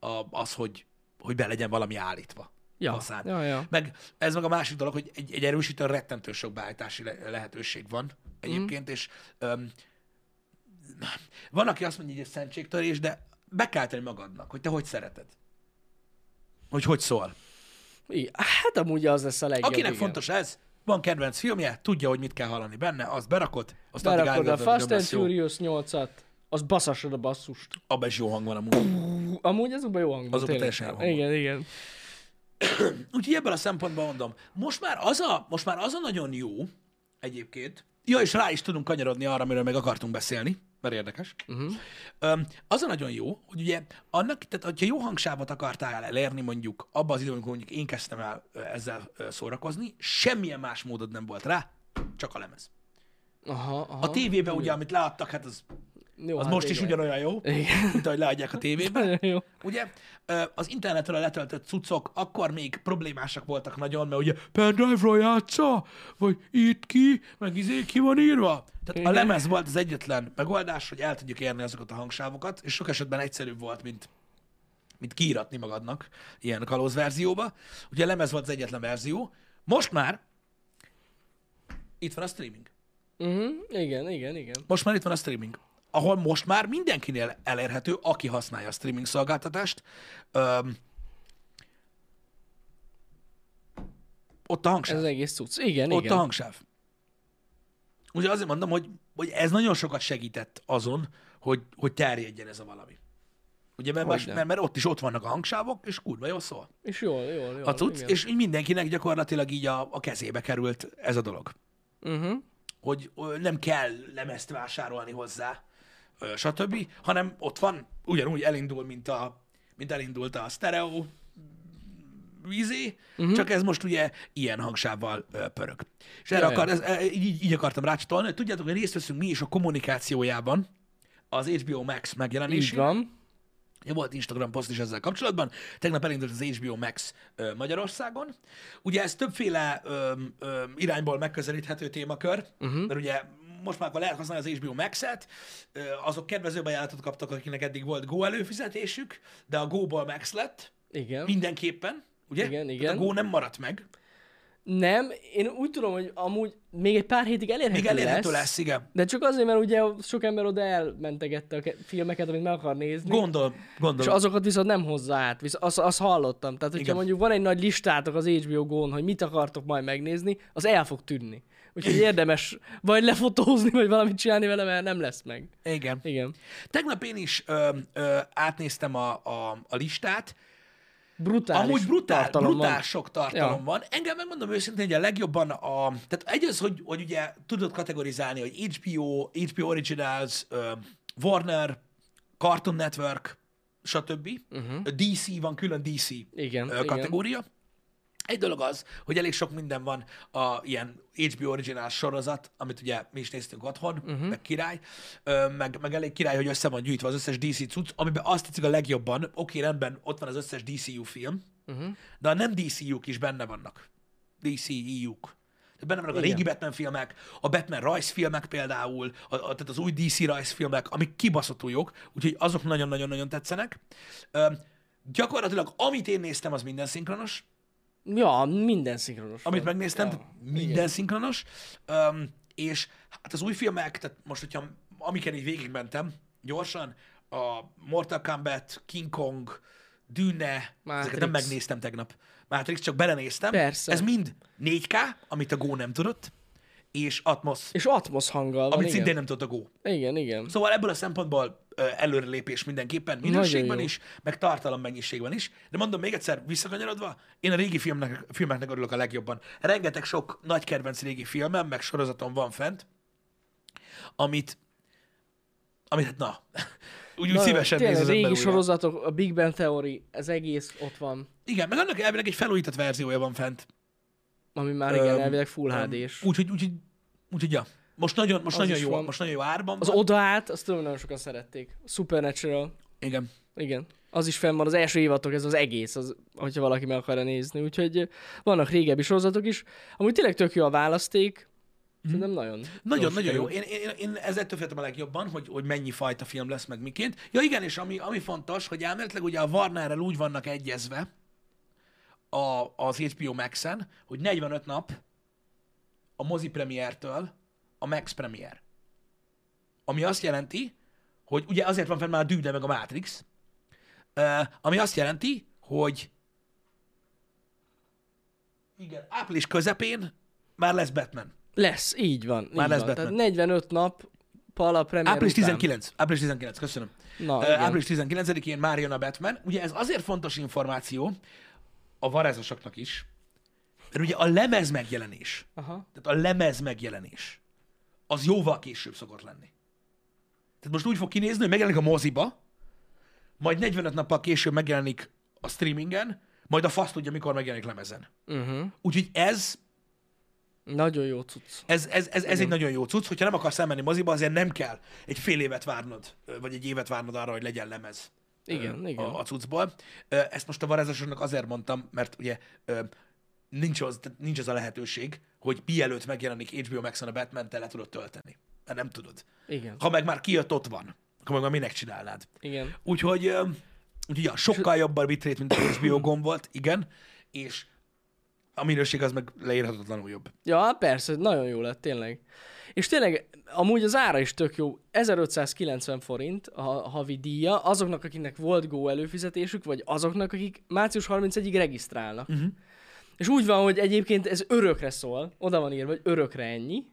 Speaker 2: a, az, hogy, hogy be legyen valami állítva.
Speaker 1: Ja,
Speaker 2: faszán.
Speaker 1: ja, ja.
Speaker 2: Meg ez meg a másik dolog, hogy egy, egy erősítő rettentő sok beállítási le- lehetőség van egyébként, mm. és öm, van, aki azt mondja, hogy ez szentségtörés, de be kell tenni magadnak, hogy te hogy szereted. Hogy hogy szól.
Speaker 1: Igen. Hát amúgy az lesz a legjobb.
Speaker 2: Akinek
Speaker 1: igen.
Speaker 2: fontos ez, van kedvenc filmje, tudja, hogy mit kell hallani benne, az berakod, azt addig
Speaker 1: Berakod a
Speaker 2: állítod,
Speaker 1: Fast and
Speaker 2: lesz jó.
Speaker 1: Furious 8-at, az baszasod a basszust.
Speaker 2: Abban is jó hang van amúgy.
Speaker 1: Ú, Amúgy azokban jó hangban.
Speaker 2: Azokban
Speaker 1: tényleg.
Speaker 2: teljesen jó hangban.
Speaker 1: Igen, igen.
Speaker 2: Úgyhogy ebből a szempontból mondom, most már az a, most már az a nagyon jó egyébként, ja, és rá is tudunk kanyarodni arra, amiről meg akartunk beszélni, mert érdekes.
Speaker 1: Mhm.
Speaker 2: Uh-huh. Öm, az a nagyon jó, hogy ugye annak, tehát hogyha jó hangsávot akartál elérni mondjuk abban az időben, amikor mondjuk én kezdtem el ö, ezzel ö, szórakozni, semmilyen más módod nem volt rá, csak a lemez.
Speaker 1: Aha, aha.
Speaker 2: A tévében ugye, amit leadtak, hát az,
Speaker 1: Jó,
Speaker 2: az
Speaker 1: hát
Speaker 2: most
Speaker 1: igen.
Speaker 2: is ugyanolyan jó,
Speaker 1: Igen.
Speaker 2: mint ahogy leadják a tévében.
Speaker 1: Nagyon jó.
Speaker 2: Ugye ö, az internetről letöltött cuccok akkor még problémásak voltak nagyon, mert ugye pendrive-ról játsza, vagy itt ki, meg izé ki van írva. Tehát a
Speaker 1: Igen.
Speaker 2: lemez volt az egyetlen megoldás, hogy el tudjuk érni azokat a hangsávokat, és sok esetben egyszerűbb volt, mint, mint kiíratni magadnak ilyen kalóz verzióba. Ugye a lemez volt az egyetlen verzió. Most már itt van a streaming.
Speaker 1: Uh-huh. Igen, igen, igen.
Speaker 2: Most már itt van a streaming, ahol most már mindenkinél elérhető, aki használja a streaming szolgáltatást. Öm, ott a
Speaker 1: Ez
Speaker 2: hangsáv.
Speaker 1: az egész cucc. Igen,
Speaker 2: Ott
Speaker 1: igen.
Speaker 2: a hangsáv. Ugye azért mondom, hogy, hogy ez nagyon sokat segített azon, hogy, hogy terjedjen ez a valami. Ugye, mert, más,
Speaker 1: Hogyne.
Speaker 2: mert, mert ott is ott vannak a hangsávok, és kurva jól szól
Speaker 1: És jól, jól, jól.
Speaker 2: a cucc,
Speaker 1: igen.
Speaker 2: és így mindenkinek gyakorlatilag így a, a kezébe került ez a dolog.
Speaker 1: Uh-huh.
Speaker 2: hogy ö, nem kell lemezt vásárolni hozzá, ö, stb., hanem ott van, ugyanúgy elindul, mint, a, mint elindult a stereo vízé,
Speaker 1: Mhm.
Speaker 2: uh-huh. csak ez most ugye ilyen hangsávval ö, pörög. És erre
Speaker 1: Jaj.
Speaker 2: akar, ez, e, így, így akartam rácsatolni, hogy tudjátok, hogy részt veszünk mi is a kommunikációjában az HBO Max
Speaker 1: Így
Speaker 2: megjelenésében.
Speaker 1: van.
Speaker 2: Ja, Volt Instagram poszt is ezzel kapcsolatban. Tegnap elindult az HBO Max ö, Magyarországon. Ugye ez többféle ö, ö, irányból megközelíthető témakör,
Speaker 1: Mhm.
Speaker 2: uh-huh. mert ugye most már akkor lehet használni az HBO Max-et, ö, azok kedvező ajánlatot kaptak, akiknek eddig volt Go előfizetésük, de a Go-ból Max lett,
Speaker 1: Igen.
Speaker 2: mindenképpen, ugye?
Speaker 1: Igen,
Speaker 2: Tehát
Speaker 1: igen.
Speaker 2: A Go nem maradt meg.
Speaker 1: Nem, én úgy tudom, hogy amúgy még egy pár hétig elérhető,
Speaker 2: Még elérhető lesz, igen.
Speaker 1: De csak azért, mert ugye sok ember oda elmentegette a ke- filmeket, amit meg akar nézni.
Speaker 2: Gondol,
Speaker 1: És
Speaker 2: gondolom.
Speaker 1: azokat viszont nem hozzá át, visz, azt, azt hallottam. Tehát, hogyha
Speaker 2: Igen.
Speaker 1: Igen. mondjuk van egy nagy listátok az HBO Go-n, hogy mit akartok majd megnézni, az el fog tűnni. Úgyhogy érdemes vagy lefotózni, vagy valamit csinálni vele, mert nem lesz meg.
Speaker 2: Igen.
Speaker 1: Igen.
Speaker 2: Tegnap én is ö, ö, átnéztem a, a, a listát,
Speaker 1: Brutális
Speaker 2: Amúgy brutál,
Speaker 1: tartalom
Speaker 2: brutál
Speaker 1: van.
Speaker 2: sok tartalom
Speaker 1: Ja.
Speaker 2: van. Engem megmondom őszintén, hogy a legjobban a... Tehát egy az, hogy, hogy ugye tudod kategorizálni, hogy HBO, HBO Originals, ö, Warner, Cartoon Network, stb.
Speaker 1: Mhm.
Speaker 2: Uh-huh. DC van, külön DC
Speaker 1: Igen,
Speaker 2: ö,
Speaker 1: igen.
Speaker 2: kategória. Egy dolog az, hogy elég sok minden van a ilyen HBO Original sorozat, amit ugye mi is néztünk otthon,
Speaker 1: Mhm.
Speaker 2: uh-huh. meg király, ö, meg, meg elég király, hogy össze van gyűjtve az összes DC cucc, amiben azt tetszik a legjobban, oké, rendben, ott van az összes DCU film,
Speaker 1: Mhm.
Speaker 2: uh-huh. de a nem DCU-k is benne vannak. DCEU-k. E Tehát Benne vannak a régi Batman filmek, a Batman rajzfilmek például, a, a, tehát az új DC rajzfilmek, amik kibaszottul jók, úgyhogy azok nagyon-nagyon-nagyon tetszenek. Ö, gyakorlatilag amit én néztem, az minden szinkronos,
Speaker 1: Ja, minden szinkronos.
Speaker 2: Amit
Speaker 1: volt.
Speaker 2: megnéztem,
Speaker 1: Ja.
Speaker 2: tehát minden Igen. szinkronos. Um, és hát az új filmek, tehát most, hogyha amiken így végigmentem gyorsan, a Mortal Kombat, King Kong, Dűne, ezeket nem
Speaker 1: Matrix.
Speaker 2: megnéztem tegnap. Matrix, csak belenéztem.
Speaker 1: Persze.
Speaker 2: Ez mind 4K, amit a Go nem tudott, és Atmos,
Speaker 1: És Atmos hanggal van,
Speaker 2: amit
Speaker 1: igen.
Speaker 2: szintén nem tudott a Go.
Speaker 1: igen. Igen,
Speaker 2: Szóval ebből a szempontból ö, előrelépés mindenképpen, minőségben
Speaker 1: jó.
Speaker 2: is, meg tartalom mennyiségben is. De mondom még egyszer, visszakanyarodva, én a régi filmnek, filmeknek örülök a legjobban. Rengeteg sok nagy kedvenc régi filmem, meg sorozatom van fent, amit, amit hát na, úgy, úgy
Speaker 1: Na,
Speaker 2: szívesen
Speaker 1: tényleg,
Speaker 2: néz az
Speaker 1: régi
Speaker 2: ember újra.
Speaker 1: sorozatok, a Big Bang Theory, ez egész ott van,
Speaker 2: Igen, meg annak elvileg egy felújított verziója van fent.
Speaker 1: ami már igen,
Speaker 2: Öm,
Speaker 1: elvileg full
Speaker 2: Öm,
Speaker 1: HD-s.
Speaker 2: Úgyhogy, úgyhogy, úgyhogy, ja. Most nagyon, most
Speaker 1: Az
Speaker 2: nagyon
Speaker 1: is
Speaker 2: jó,
Speaker 1: van.
Speaker 2: most nagyon jó árban
Speaker 1: Az
Speaker 2: van.
Speaker 1: odaát, azt tudom, nagyon sokan szerették. Supernatural,
Speaker 2: Igen.
Speaker 1: igen. Az is fenn van, az első évatok, ez az egész, az, hogyha valaki meg akarja nézni. Úgyhogy ö, vannak régebbi sorozatok is. Amúgy tényleg tök jó a választék.
Speaker 2: Mhm.
Speaker 1: Szerintem nagyon.
Speaker 2: Nagyon, nagyon jó.
Speaker 1: sikerült.
Speaker 2: Én, én, én ezzel töféltem a legjobban, hogy, hogy mennyi fajta film lesz, meg miként. Ja igen, és ami, ami fontos, hogy elméletileg ugye a Warnerrel úgy vannak egyezve a, az HBO Max-en, hogy 45 nap a mozi premiertől a Max premier. Ami azt jelenti, hogy ugye azért van fenn már a Dűne meg a Matrix, ö, ami azt jelenti, hogy igen, április közepén már lesz Batman.
Speaker 1: Lesz, így van. Már így
Speaker 2: lesz
Speaker 1: van. Tehát
Speaker 2: Batman.
Speaker 1: 45 nap Pala premier
Speaker 2: Április
Speaker 1: után.
Speaker 2: 19. Április 19, köszönöm.
Speaker 1: Na,
Speaker 2: Ö,
Speaker 1: igen.
Speaker 2: április 19-én már jön a Batman. Ugye ez azért fontos információ a varázsosoknak is, mert ugye a lemez megjelenés,
Speaker 1: Aha.
Speaker 2: tehát a lemez megjelenés, az jóval később szokott lenni. Tehát most úgy fog kinézni, hogy megjelenik a moziba, majd 45 nappal később megjelenik a streamingen, majd a fasz tudja, mikor megjelenik lemezen.
Speaker 1: Uh-huh.
Speaker 2: Úgyhogy ez
Speaker 1: Nagyon jó cucc.
Speaker 2: ez, ez, ez, ez egy nagyon jó cucc, hogyha nem akarsz elmenni moziba, azért nem kell egy fél évet várnod, ö, vagy egy évet várnod arra, hogy legyen lemez ö,
Speaker 1: Igen, igen.
Speaker 2: A, a cuccból. Ö, Ezt most a varázsosoknak azért mondtam, mert ugye ö, nincs az, tehát nincs az a lehetőség, hogy mielőtt megjelenik HBO Max-on a Batman, te le tudod tölteni. Mert nem tudod.
Speaker 1: Igen.
Speaker 2: Ha meg már kijött, ott van. Akkor meg már minek csinálnád.
Speaker 1: Igen.
Speaker 2: Úgyhogy, ö, úgyhogy ja, sokkal jobb a bitrate, mint a HBO gomb volt, igen, és a minőség az meg leírhatatlanul jobb.
Speaker 1: Ja, persze, nagyon jó lett, tényleg. És tényleg, amúgy az ára is tök jó. 1590 forint a havi díja azoknak, akiknek volt Go előfizetésük, vagy azoknak, akik március 31-ig regisztrálnak. Uh-huh. És úgy van, hogy egyébként ez örökre szól, oda van írva, hogy örökre ennyi,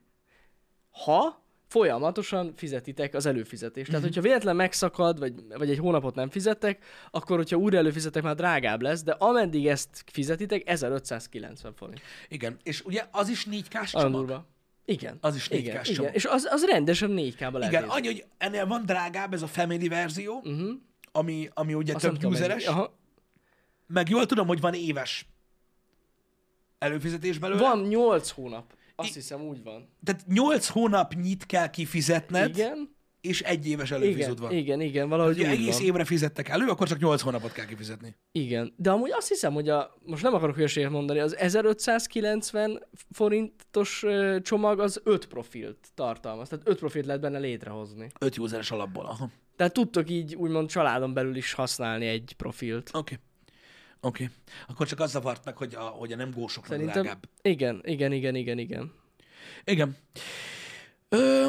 Speaker 1: ha folyamatosan fizetitek az előfizetést. Tehát, hogyha véletlen megszakad, vagy, vagy egy hónapot nem fizettek, akkor, hogyha újra előfizetek, már drágább lesz, de ameddig ezt fizetitek, 1590 forint.
Speaker 2: Igen, és ugye az is 4 k
Speaker 1: Nagyon
Speaker 2: csomag.
Speaker 1: durva. Igen.
Speaker 2: Az is 4K-s
Speaker 1: igen,
Speaker 2: csomag.
Speaker 1: igen. És az, az rendesen 4K-ba lehet
Speaker 2: Igen,
Speaker 1: nézni.
Speaker 2: annyi, hogy ennél van drágább ez a family verzió, uh-huh. ami, ami ugye
Speaker 1: Mhm. Azt nem
Speaker 2: több
Speaker 1: tudom,
Speaker 2: useres,
Speaker 1: mennyi. Aha.
Speaker 2: meg jól tudom, hogy van éves előfizetés belőle.
Speaker 1: Van 8 hónap. Azt hiszem úgy van.
Speaker 2: Tehát 8 hónapnyit kell kifizetned,
Speaker 1: Igen?
Speaker 2: és egy éves előfizet
Speaker 1: Igen,
Speaker 2: van.
Speaker 1: igen, igen, valahogy
Speaker 2: Ugye
Speaker 1: úgy
Speaker 2: egész
Speaker 1: van.
Speaker 2: évre fizettek elő, akkor csak 8 hónapot kell kifizetni.
Speaker 1: Igen, de amúgy azt hiszem, hogy a, most nem akarok hülyeséget mondani, az 1590 forintos ö, csomag az 5 profilt tartalmaz, tehát 5 profilt lehet benne létrehozni.
Speaker 2: 5 useres alapból. Aha.
Speaker 1: Tehát tudtok így úgymond családon belül is használni egy profilt.
Speaker 2: Oké. Okay. Oké. Okay. Akkor csak az zavart meg, hogy a, hogy a nem gósoknak Szerintem...
Speaker 1: Szerintem igen,
Speaker 2: drágább.
Speaker 1: igen, igen, igen, igen.
Speaker 2: Igen. Ö,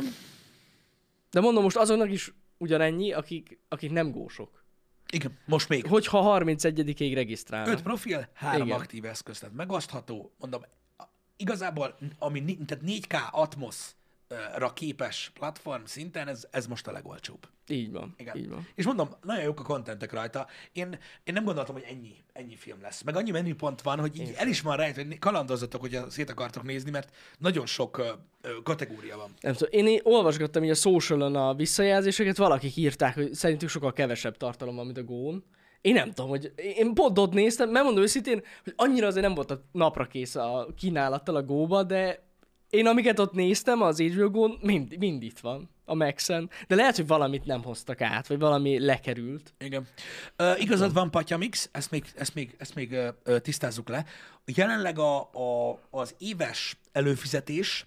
Speaker 1: De mondom, most azoknak is ugyanennyi, akik, akik nem gósok.
Speaker 2: igen, most még.
Speaker 1: Hogyha 31-ig regisztrálnak.
Speaker 2: Öt profil, három
Speaker 1: Igen.
Speaker 2: aktív eszköz, tehát megosztható. Mondom, igazából, ami ni- tehát 4K Atmos-ra képes platform szinten, ez, ez most a legolcsóbb.
Speaker 1: Így van.
Speaker 2: Igen.
Speaker 1: Így van.
Speaker 2: És mondom, nagyon jók a kontentek rajta. Én, én nem gondoltam, hogy ennyi, ennyi film lesz. Meg annyi menüpont van, hogy így el is van rejtve, hogy kalandozzatok, hogyha szét akartok nézni, mert nagyon sok ö, ö, kategória van.
Speaker 1: Nem tudom, én, én olvasgattam így a social a visszajelzéseket, valakik írták, hogy szerintük sokkal kevesebb tartalom van, mint a gón. Én nem tudom, hogy én pont ott néztem, megmondom őszintén, hogy annyira azért nem volt a napra kész a kínálattal a góba, de én amiket ott néztem az HBO gón, mind, mind itt van a Maxen, de lehet, hogy valamit nem hoztak át, vagy valami lekerült.
Speaker 2: Igen. Ö, igazad van, Patyamix, ezt még, ezt még, ezt még ö, ö, tisztázzuk le. Jelenleg a, a, az éves előfizetés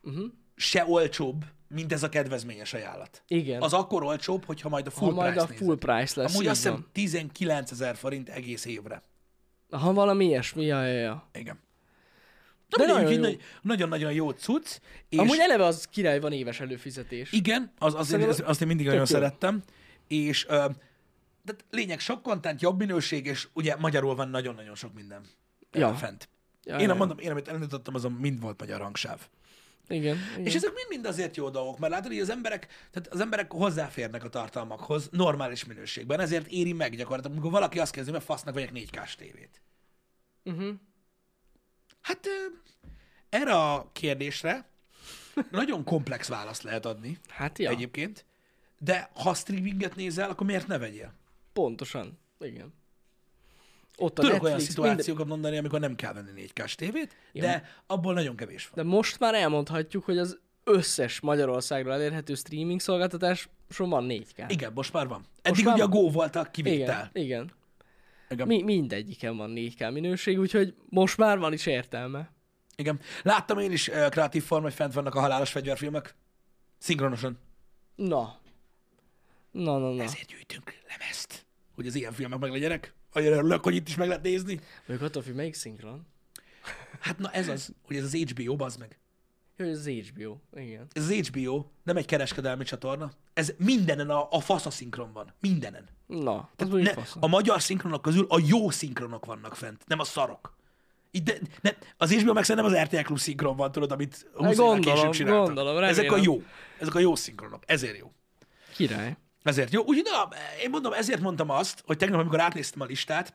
Speaker 2: uh-huh. se olcsóbb, mint ez a kedvezményes ajánlat.
Speaker 1: Igen.
Speaker 2: Az akkor olcsóbb, hogyha majd a
Speaker 1: ha
Speaker 2: full
Speaker 1: majd
Speaker 2: price
Speaker 1: a full price lesz.
Speaker 2: Amúgy
Speaker 1: így
Speaker 2: azt
Speaker 1: van.
Speaker 2: hiszem 19 ezer forint egész évre.
Speaker 1: Aha, valami ilyesmi, ja, ja, ja.
Speaker 2: Igen.
Speaker 1: De
Speaker 2: De
Speaker 1: nagyon jó.
Speaker 2: nagyon, nagyon-nagyon jó cucc. És
Speaker 1: És... Amúgy eleve az király van éves előfizetés.
Speaker 2: Igen, az, az, én,
Speaker 1: Szerintem
Speaker 2: az, azt én mindig
Speaker 1: tök
Speaker 2: nagyon
Speaker 1: jó.
Speaker 2: szerettem. És ö, de lényeg sok kontent, jobb minőség, és ugye magyarul van nagyon-nagyon sok minden
Speaker 1: Ja.
Speaker 2: ja. fent.
Speaker 1: Ja,
Speaker 2: én
Speaker 1: ja,
Speaker 2: nem mondom, én amit elindítottam, azon mind volt magyar hangsáv.
Speaker 1: Igen. igen.
Speaker 2: És ezek mind-mind azért jó dolgok, mert látod, hogy az emberek, tehát az emberek hozzáférnek a tartalmakhoz normális minőségben, ezért éri meg gyakorlatilag, amikor valaki azt kezdi, mert fasznak vagyok 4K-s tévét.
Speaker 1: Uh-huh.
Speaker 2: Hát ö, erre a kérdésre nagyon komplex választ lehet adni
Speaker 1: Hát ja, Egyéb...
Speaker 2: egyébként, de ha streaminget nézel, akkor miért ne vegyél?
Speaker 1: pontosan. Igen. Ott a
Speaker 2: Tudok olyan
Speaker 1: Netflix, minden...
Speaker 2: szituációkat mondani, amikor nem kell venni 4K-s tévét, de abból nagyon kevés van.
Speaker 1: De most már elmondhatjuk, hogy az összes Magyarországra elérhető streaming szolgáltatáson van 4K.
Speaker 2: Igen, most már van. Eddig
Speaker 1: már
Speaker 2: ugye a
Speaker 1: van.
Speaker 2: Go volt a
Speaker 1: Igen,
Speaker 2: kivétel.
Speaker 1: igen.
Speaker 2: Igen.
Speaker 1: Mi, mindegyiken van 4K minőség, úgyhogy most már van is értelme.
Speaker 2: Igen. Láttam én is uh, kreatív forma, hogy fent vannak a halálos fegyverfilmek. Szinkronosan.
Speaker 1: Na. Na, na, na.
Speaker 2: Ezért gyűjtünk lemezt, hogy az ilyen filmek meg legyenek. Nagyon örülök, hogy itt is meg lehet nézni.
Speaker 1: Mondjuk attól függ, melyik szinkron?
Speaker 2: Hát na ez az, hogy ez az HBO, bazd meg.
Speaker 1: Jó, hogy az HBO, igen.
Speaker 2: Ez az HBO nem egy kereskedelmi csatorna. Ez mindenen a, a fasz a szinkron van. Mindenen.
Speaker 1: Na, az
Speaker 2: Ne,
Speaker 1: mondjuk fasz.
Speaker 2: a magyar szinkronok közül a jó szinkronok vannak fent, nem a szarok. Itt de, ne, az HBO meg szerintem az RTL Klub szinkron van, tudod, amit 20 évvel
Speaker 1: gondolom,
Speaker 2: később csináltak.
Speaker 1: gondolom,
Speaker 2: ezek a
Speaker 1: remélem.
Speaker 2: jó. Ezek a jó szinkronok. Ezért jó.
Speaker 1: Király.
Speaker 2: Ezért jó. Úgyhogy na, én mondom, ezért mondtam azt, hogy tegnap, amikor átnéztem a listát,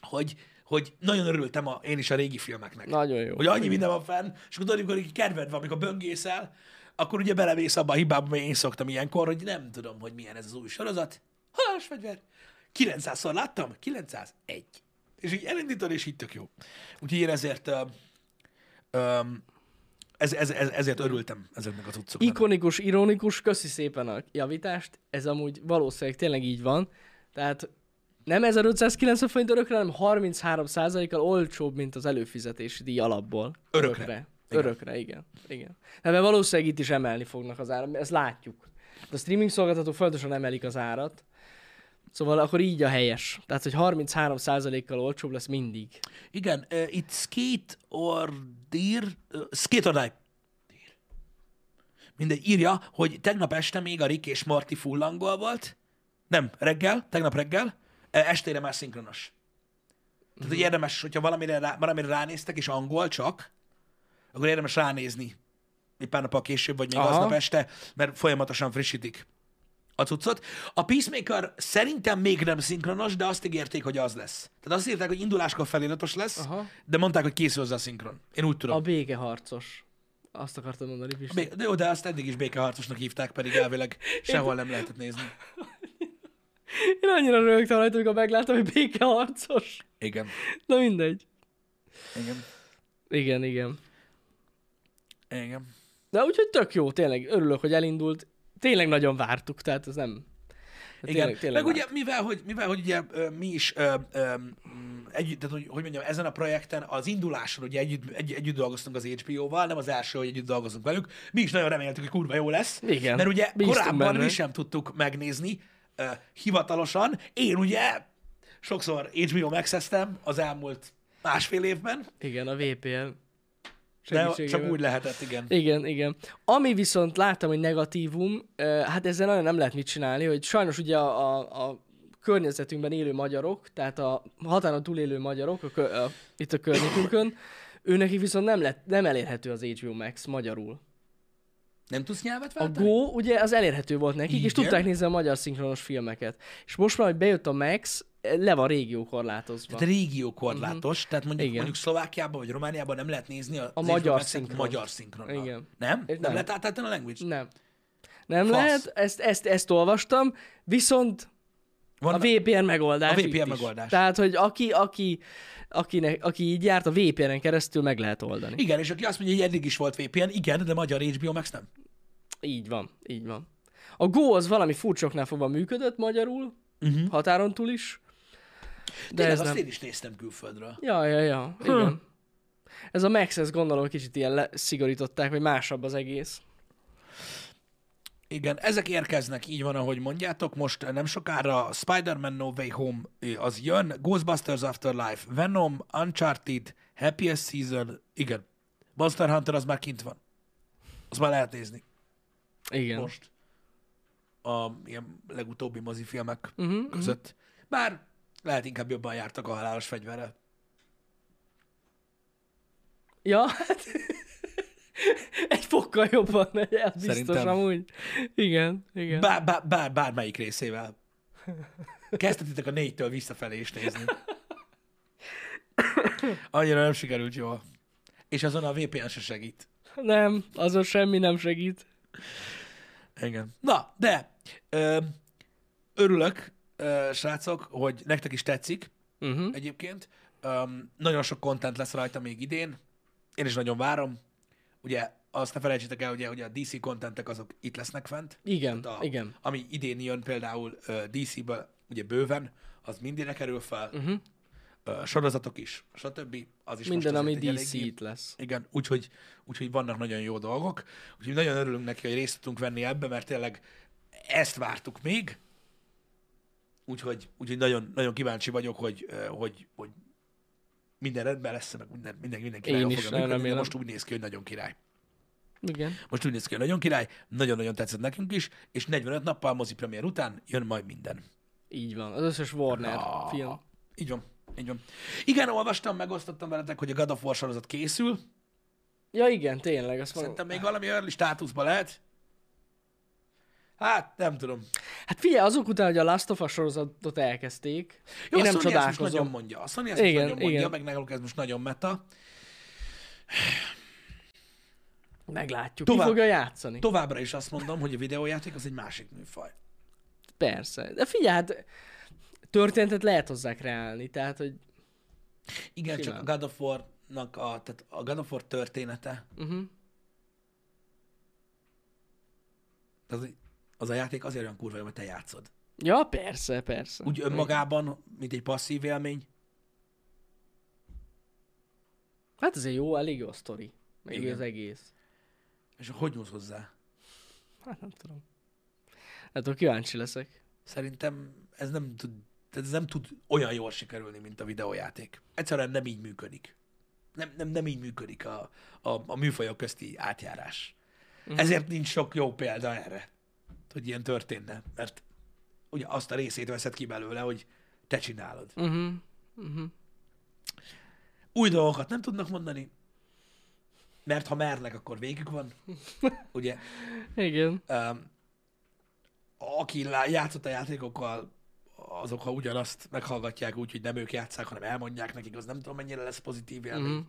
Speaker 2: hogy, hogy nagyon örültem a, én is a régi filmeknek.
Speaker 1: Nagyon jó.
Speaker 2: Hogy annyi minden van fenn, és akkor tudod, amikor így kedved van, amikor böngészel, akkor ugye belemész abba a hibába, mert én szoktam ilyenkor, hogy nem tudom, hogy milyen ez az új sorozat. Halálos fegyver. 900-szor láttam, 901. És így elindítod, és így tök jó. Úgyhogy én ezért, ö, ö, ez, ez, ez, ezért örültem ezeknek a cuccoknak.
Speaker 1: Ikonikus, ironikus, köszi szépen a javítást. Ez amúgy valószínűleg tényleg így van. Tehát nem 1590 forint örökre, hanem 33%-kal olcsóbb, mint az előfizetési díj alapból.
Speaker 2: Örökre.
Speaker 1: Örökre,
Speaker 2: Igen.
Speaker 1: örökre igen. igen. Hát, mert valószínűleg itt is emelni fognak az árat, ezt látjuk. A streaming szolgáltató fontosan emelik az árat. Szóval akkor így a helyes. Tehát, hogy 33%-kal olcsóbb lesz mindig.
Speaker 2: Igen, uh, itt skate or deer, uh, skate or die. Mindegy, írja, hogy tegnap este még a Rick és Marty fullangol volt. Nem, reggel, tegnap reggel. Uh, estére már szinkronos. Tehát, hogy érdemes, hogyha valamire, rá, valamire ránéztek, és angol csak, akkor érdemes ránézni. Egy pár nappal később, vagy még
Speaker 1: Aha.
Speaker 2: aznap este, mert folyamatosan frissítik a cuccot. A Peacemaker szerintem még nem szinkronos, de azt ígérték, hogy az lesz. Tehát azt írták, hogy induláskor feliratos lesz,
Speaker 1: Aha.
Speaker 2: de mondták, hogy készül hozzá a szinkron. Én úgy tudom.
Speaker 1: A békeharcos. Azt akartam mondani, Pisti.
Speaker 2: Bé- De jó, de azt eddig is békeharcosnak hívták, pedig elvileg sehol nem lehetett nézni.
Speaker 1: Én annyira rögtem rajta, amikor megláttam, hogy békeharcos.
Speaker 2: Igen.
Speaker 1: Na mindegy.
Speaker 2: Igen.
Speaker 1: Igen, igen.
Speaker 2: Igen.
Speaker 1: De úgyhogy tök jó, tényleg örülök, hogy elindult. Tényleg nagyon vártuk, tehát ez nem... Hát
Speaker 2: Igen. Tényleg, Meg ugye, mivel hogy, mivel, hogy ugye ö, mi is ö, ö, mm, együtt, tehát, hogy, hogy mondjam, ezen a projekten az induláson ugye együtt, egy, együtt dolgoztunk az HBO-val, nem az első, hogy együtt dolgozunk velük. Mi is nagyon reméltük, hogy kurva jó lesz.
Speaker 1: Igen.
Speaker 2: Mert ugye
Speaker 1: Bíztunk
Speaker 2: korábban
Speaker 1: benne.
Speaker 2: mi sem tudtuk megnézni ö, hivatalosan. Én ugye sokszor HBO megszeztem az elmúlt másfél évben,
Speaker 1: Igen, a VPN.
Speaker 2: de
Speaker 1: segítségével.
Speaker 2: csak úgy lehetett, igen.
Speaker 1: Igen, igen. Ami viszont láttam, hogy negatívum, ö, hát ezzel nagyon nem lehet mit csinálni, hogy sajnos ugye a, a, a környezetünkben élő magyarok, tehát a határon túlélő magyarok a, kö- a, itt a környékünkön, őnekik viszont nem, lett, nem elérhető az HBO Max magyarul.
Speaker 2: Nem tudsz nyelvet
Speaker 1: A
Speaker 2: váltani?
Speaker 1: Go ugye az elérhető volt nekik, és
Speaker 2: Igen.
Speaker 1: tudták nézni a magyar szinkronos filmeket. És most már, hogy bejött a Max, eh, le van régió korlátozva.
Speaker 2: De régió korlátos, uh-huh. tehát mondjuk,
Speaker 1: Mhm. Igen.
Speaker 2: mondjuk Szlovákiában vagy Romániában nem lehet nézni a,
Speaker 1: magyar szinkron.
Speaker 2: magyar szinkronnal.
Speaker 1: Igen.
Speaker 2: Nem?
Speaker 1: És nem.
Speaker 2: Nem,
Speaker 1: Mm.
Speaker 2: nem lehet átállítani a language?
Speaker 1: Nem. Nem
Speaker 2: Fasz.
Speaker 1: lehet, ezt, ezt, ezt olvastam, viszont
Speaker 2: Van
Speaker 1: a VPN megoldás.
Speaker 2: a VPN
Speaker 1: itt is.
Speaker 2: megoldás.
Speaker 1: Tehát, hogy aki, aki, akinek, aki így járt, a VPN-en keresztül meg lehet oldani.
Speaker 2: Igen, és aki azt mondja, hogy eddig is volt VPN, igen, de magyar HBO Max nem.
Speaker 1: Így van, így van. A Go az valami furcsoknál fogva működött magyarul, uh-huh. határon túl is.
Speaker 2: De
Speaker 1: De
Speaker 2: Mhm. Tényleg,
Speaker 1: ez
Speaker 2: azt
Speaker 1: nem.
Speaker 2: én is néztem külföldről.
Speaker 1: Ja, ja,
Speaker 2: Hm.
Speaker 1: ja, igen. Ez a Max, ezt gondolom, kicsit ilyen leszigorították, hogy másabb az egész.
Speaker 2: Igen, ezek érkeznek, így van, ahogy mondjátok. Most nem sokára Spider-Man No Way Home az jön, Ghostbusters Afterlife, Venom, Uncharted, Happiest Season, igen. Monster Hunter az már kint van. Azt már lehet nézni
Speaker 1: Igen.
Speaker 2: most. A ilyen legutóbbi mozifilmek
Speaker 1: Uh-huh.
Speaker 2: között. Bár lehet inkább jobban jártak a halálos fegyverrel.
Speaker 1: Ja, hát... egy fokkal jobban megy el, biztos
Speaker 2: Szerintem.
Speaker 1: amúgy. Igen, igen.
Speaker 2: Bár, bár, bár, bármelyik részével. Kezdhetitek a négytől visszafelé is nézni. Annyira nem sikerült jól. És azon a VPN se segít.
Speaker 1: Nem, azon semmi nem segít.
Speaker 2: Igen. Na, de ö, örülök, ö, srácok, hogy nektek is tetszik
Speaker 1: Uh-huh.
Speaker 2: egyébként. Ö, nagyon sok kontent lesz rajta még idén. Én is nagyon várom. Ugye azt ne felejtsétek el, ugye, hogy a DC kontentek azok itt lesznek fent.
Speaker 1: Igen,
Speaker 2: a,
Speaker 1: igen.
Speaker 2: Ami idén jön például uh, DC-ből, ugye bőven, az mindig kerül fel,
Speaker 1: Mhm.
Speaker 2: uh-huh. uh, sorozatok is, stb. Az is
Speaker 1: Minden,
Speaker 2: most
Speaker 1: ami
Speaker 2: azért egy
Speaker 1: DC
Speaker 2: eléggé-
Speaker 1: itt lesz.
Speaker 2: Igen, úgyhogy, úgyhogy vannak nagyon jó dolgok. Úgyhogy nagyon örülünk neki, hogy részt tudtunk venni ebbe, mert tényleg ezt vártuk még. Úgyhogy, úgyhogy nagyon, nagyon kíváncsi vagyok, hogy, ö, hogy, hogy minden rendben lesz, meg minden, minden, minden király
Speaker 1: Én
Speaker 2: fog
Speaker 1: is nagyon
Speaker 2: működni, de
Speaker 1: remélem.
Speaker 2: most úgy néz ki, hogy nagyon király.
Speaker 1: Igen.
Speaker 2: Most úgy néz ki, hogy nagyon király, nagyon-nagyon tetszett nekünk is, és 45 nappal mozi premier után jön majd minden.
Speaker 1: Így van. Az összes Warner
Speaker 2: Ah.
Speaker 1: film.
Speaker 2: Így van, így van. Igen, olvastam, megosztottam veletek, hogy a God of War sorozat készül.
Speaker 1: Ja igen, tényleg. Azt mondom.
Speaker 2: Szerintem még valami early státuszban lehet. Hát, nem tudom.
Speaker 1: Hát figyelj, azok után, hogy a Last of Us sorozatot elkezdték,
Speaker 2: Jó,
Speaker 1: én
Speaker 2: a
Speaker 1: nem
Speaker 2: Sony ezt most nagyon
Speaker 1: csodálkozom.
Speaker 2: mondja. A Sony ezt igen,
Speaker 1: Igen,
Speaker 2: most nagyon mondja,
Speaker 1: igen.
Speaker 2: meg náluk ez most nagyon meta.
Speaker 1: Meglátjuk.
Speaker 2: Tovább.
Speaker 1: Ki fogja játszani?
Speaker 2: Továbbra is azt mondom, hogy a videójáték az egy másik műfaj.
Speaker 1: Persze. De figyelj, hát történetet lehet hozzá kreálni, tehát, hogy
Speaker 2: Igen,
Speaker 1: Simán.
Speaker 2: csak a God of War-nak a, tehát a God of War története,
Speaker 1: uh-huh.
Speaker 2: az, az a játék azért olyan kurva, jó, mert te játszod.
Speaker 1: ja, persze, persze.
Speaker 2: Úgy önmagában, mint egy passzív élmény.
Speaker 1: Hát ez egy jó, elég jó a sztori. Meg
Speaker 2: Igen.
Speaker 1: az egész.
Speaker 2: És hogy nyúlsz hozzá?
Speaker 1: Hát nem tudom. Hát akkor kíváncsi leszek.
Speaker 2: Szerintem ez nem tud, ez nem tud olyan jól sikerülni, mint a videójáték. Egyszerűen nem így működik. Nem, nem, nem így működik a, a, a műfajok közti átjárás. Mm. Ezért nincs sok jó példa erre, hogy ilyen történne. Mert ugye azt a részét veszed ki belőle, hogy te csinálod.
Speaker 1: Uh-huh.
Speaker 2: új dolgokat nem tudnak mondani, mert ha mernek, akkor végük van. Ugye,
Speaker 1: Igen.
Speaker 2: um, aki lá- játszott a játékokkal, azok, ha ugyanazt meghallgatják úgy, hogy nem ők játszák, hanem elmondják nekik, az nem tudom, mennyire lesz pozitív élmény. Mm-hmm.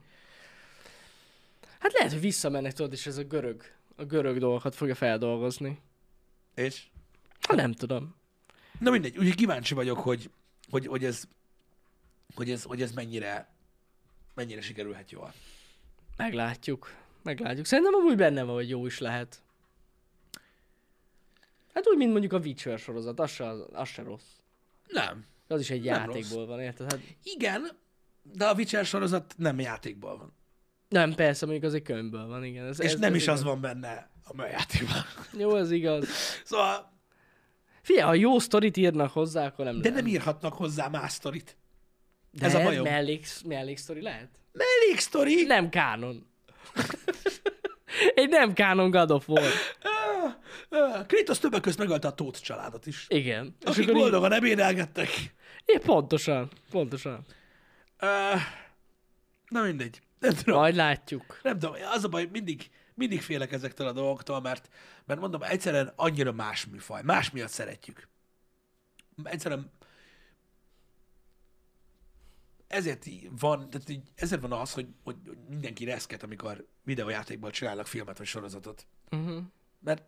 Speaker 1: Hát lehet, hogy visszamennek, tudod, és ez a görög, a görög dolgokat fogja feldolgozni.
Speaker 2: És?
Speaker 1: Hát nem tudom.
Speaker 2: Na mindegy, úgyhogy kíváncsi vagyok, hogy, hogy, hogy, ez, hogy, ez, hogy ez mennyire, mennyire sikerülhet jól.
Speaker 1: Meglátjuk. Meglátjuk. Szerintem amúgy benne van, hogy jó is lehet. Hát úgy, mint mondjuk a Witcher sorozat, az se, az se rossz.
Speaker 2: Nem.
Speaker 1: Az is egy
Speaker 2: Nem
Speaker 1: játékból van, érted? Hát
Speaker 2: Igen, de a Witcher sorozat nem játékból van.
Speaker 1: nem, persze, mondjuk az egy könyvből van, igen. Ez,
Speaker 2: És
Speaker 1: ez,
Speaker 2: nem
Speaker 1: ez
Speaker 2: is az
Speaker 1: igaz.
Speaker 2: van benne, ami a játékban.
Speaker 1: Jó, az igaz.
Speaker 2: Szóval
Speaker 1: Figyelj, ha jó sztorit írnak hozzá, akkor nem
Speaker 2: De
Speaker 1: lehet.
Speaker 2: nem írhatnak hozzá más sztorit.
Speaker 1: De
Speaker 2: ez a bajom.
Speaker 1: Mellék, mellék sztori lehet?
Speaker 2: Elég sztori!
Speaker 1: Nem kánon. egy nem kánon God of War.
Speaker 2: Ah, ah, Kratos többek között megölte a Tóth családot is.
Speaker 1: Igen. És
Speaker 2: Akik
Speaker 1: akkor így,
Speaker 2: boldogan ebédelgettek.
Speaker 1: így, pontosan, pontosan.
Speaker 2: Ah, Na mindegy. Nem tudom,
Speaker 1: Majd látjuk.
Speaker 2: nem tudom. Az a baj, mindig, mindig félek ezektől a dolgoktól, mert, mert mondom, egyszerűen annyira más műfaj. Más miatt szeretjük. Egyszerűen ezért így van, tehát így, ezért van az, hogy, hogy hogy mindenki reszket, amikor videójátékból csinálnak filmet vagy sorozatot.
Speaker 1: Uh-huh.
Speaker 2: mert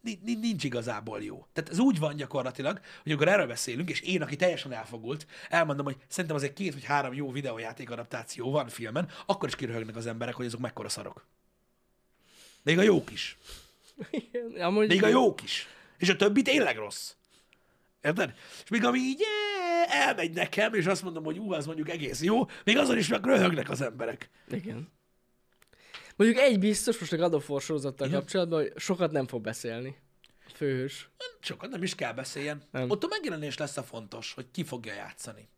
Speaker 2: ni- ni- nincs igazából jó. Tehát ez úgy van gyakorlatilag, hogy akkor erről beszélünk, és én, aki teljesen elfogult, elmondom, hogy szerintem azért két vagy három jó videójáték adaptáció van filmen, akkor is kiröhögnek az emberek, hogy azok mekkora szarok. Még a jók is.
Speaker 1: Igen, amúgy
Speaker 2: Még a jók is. És a többi tényleg rossz. Érted? És még ami így eh, elmegy nekem, és azt mondom, hogy ú, az mondjuk egész jó, még azon is meg röhögnek az emberek.
Speaker 1: Igen. Mondjuk egy biztos most a God of War sorozattal
Speaker 2: Igen.
Speaker 1: kapcsolatban, hogy sokat nem fog beszélni. főhős.
Speaker 2: Sokat nem is kell beszéljen.
Speaker 1: Nem.
Speaker 2: Nem. Ott a megjelenés lesz a fontos, hogy ki fogja játszani.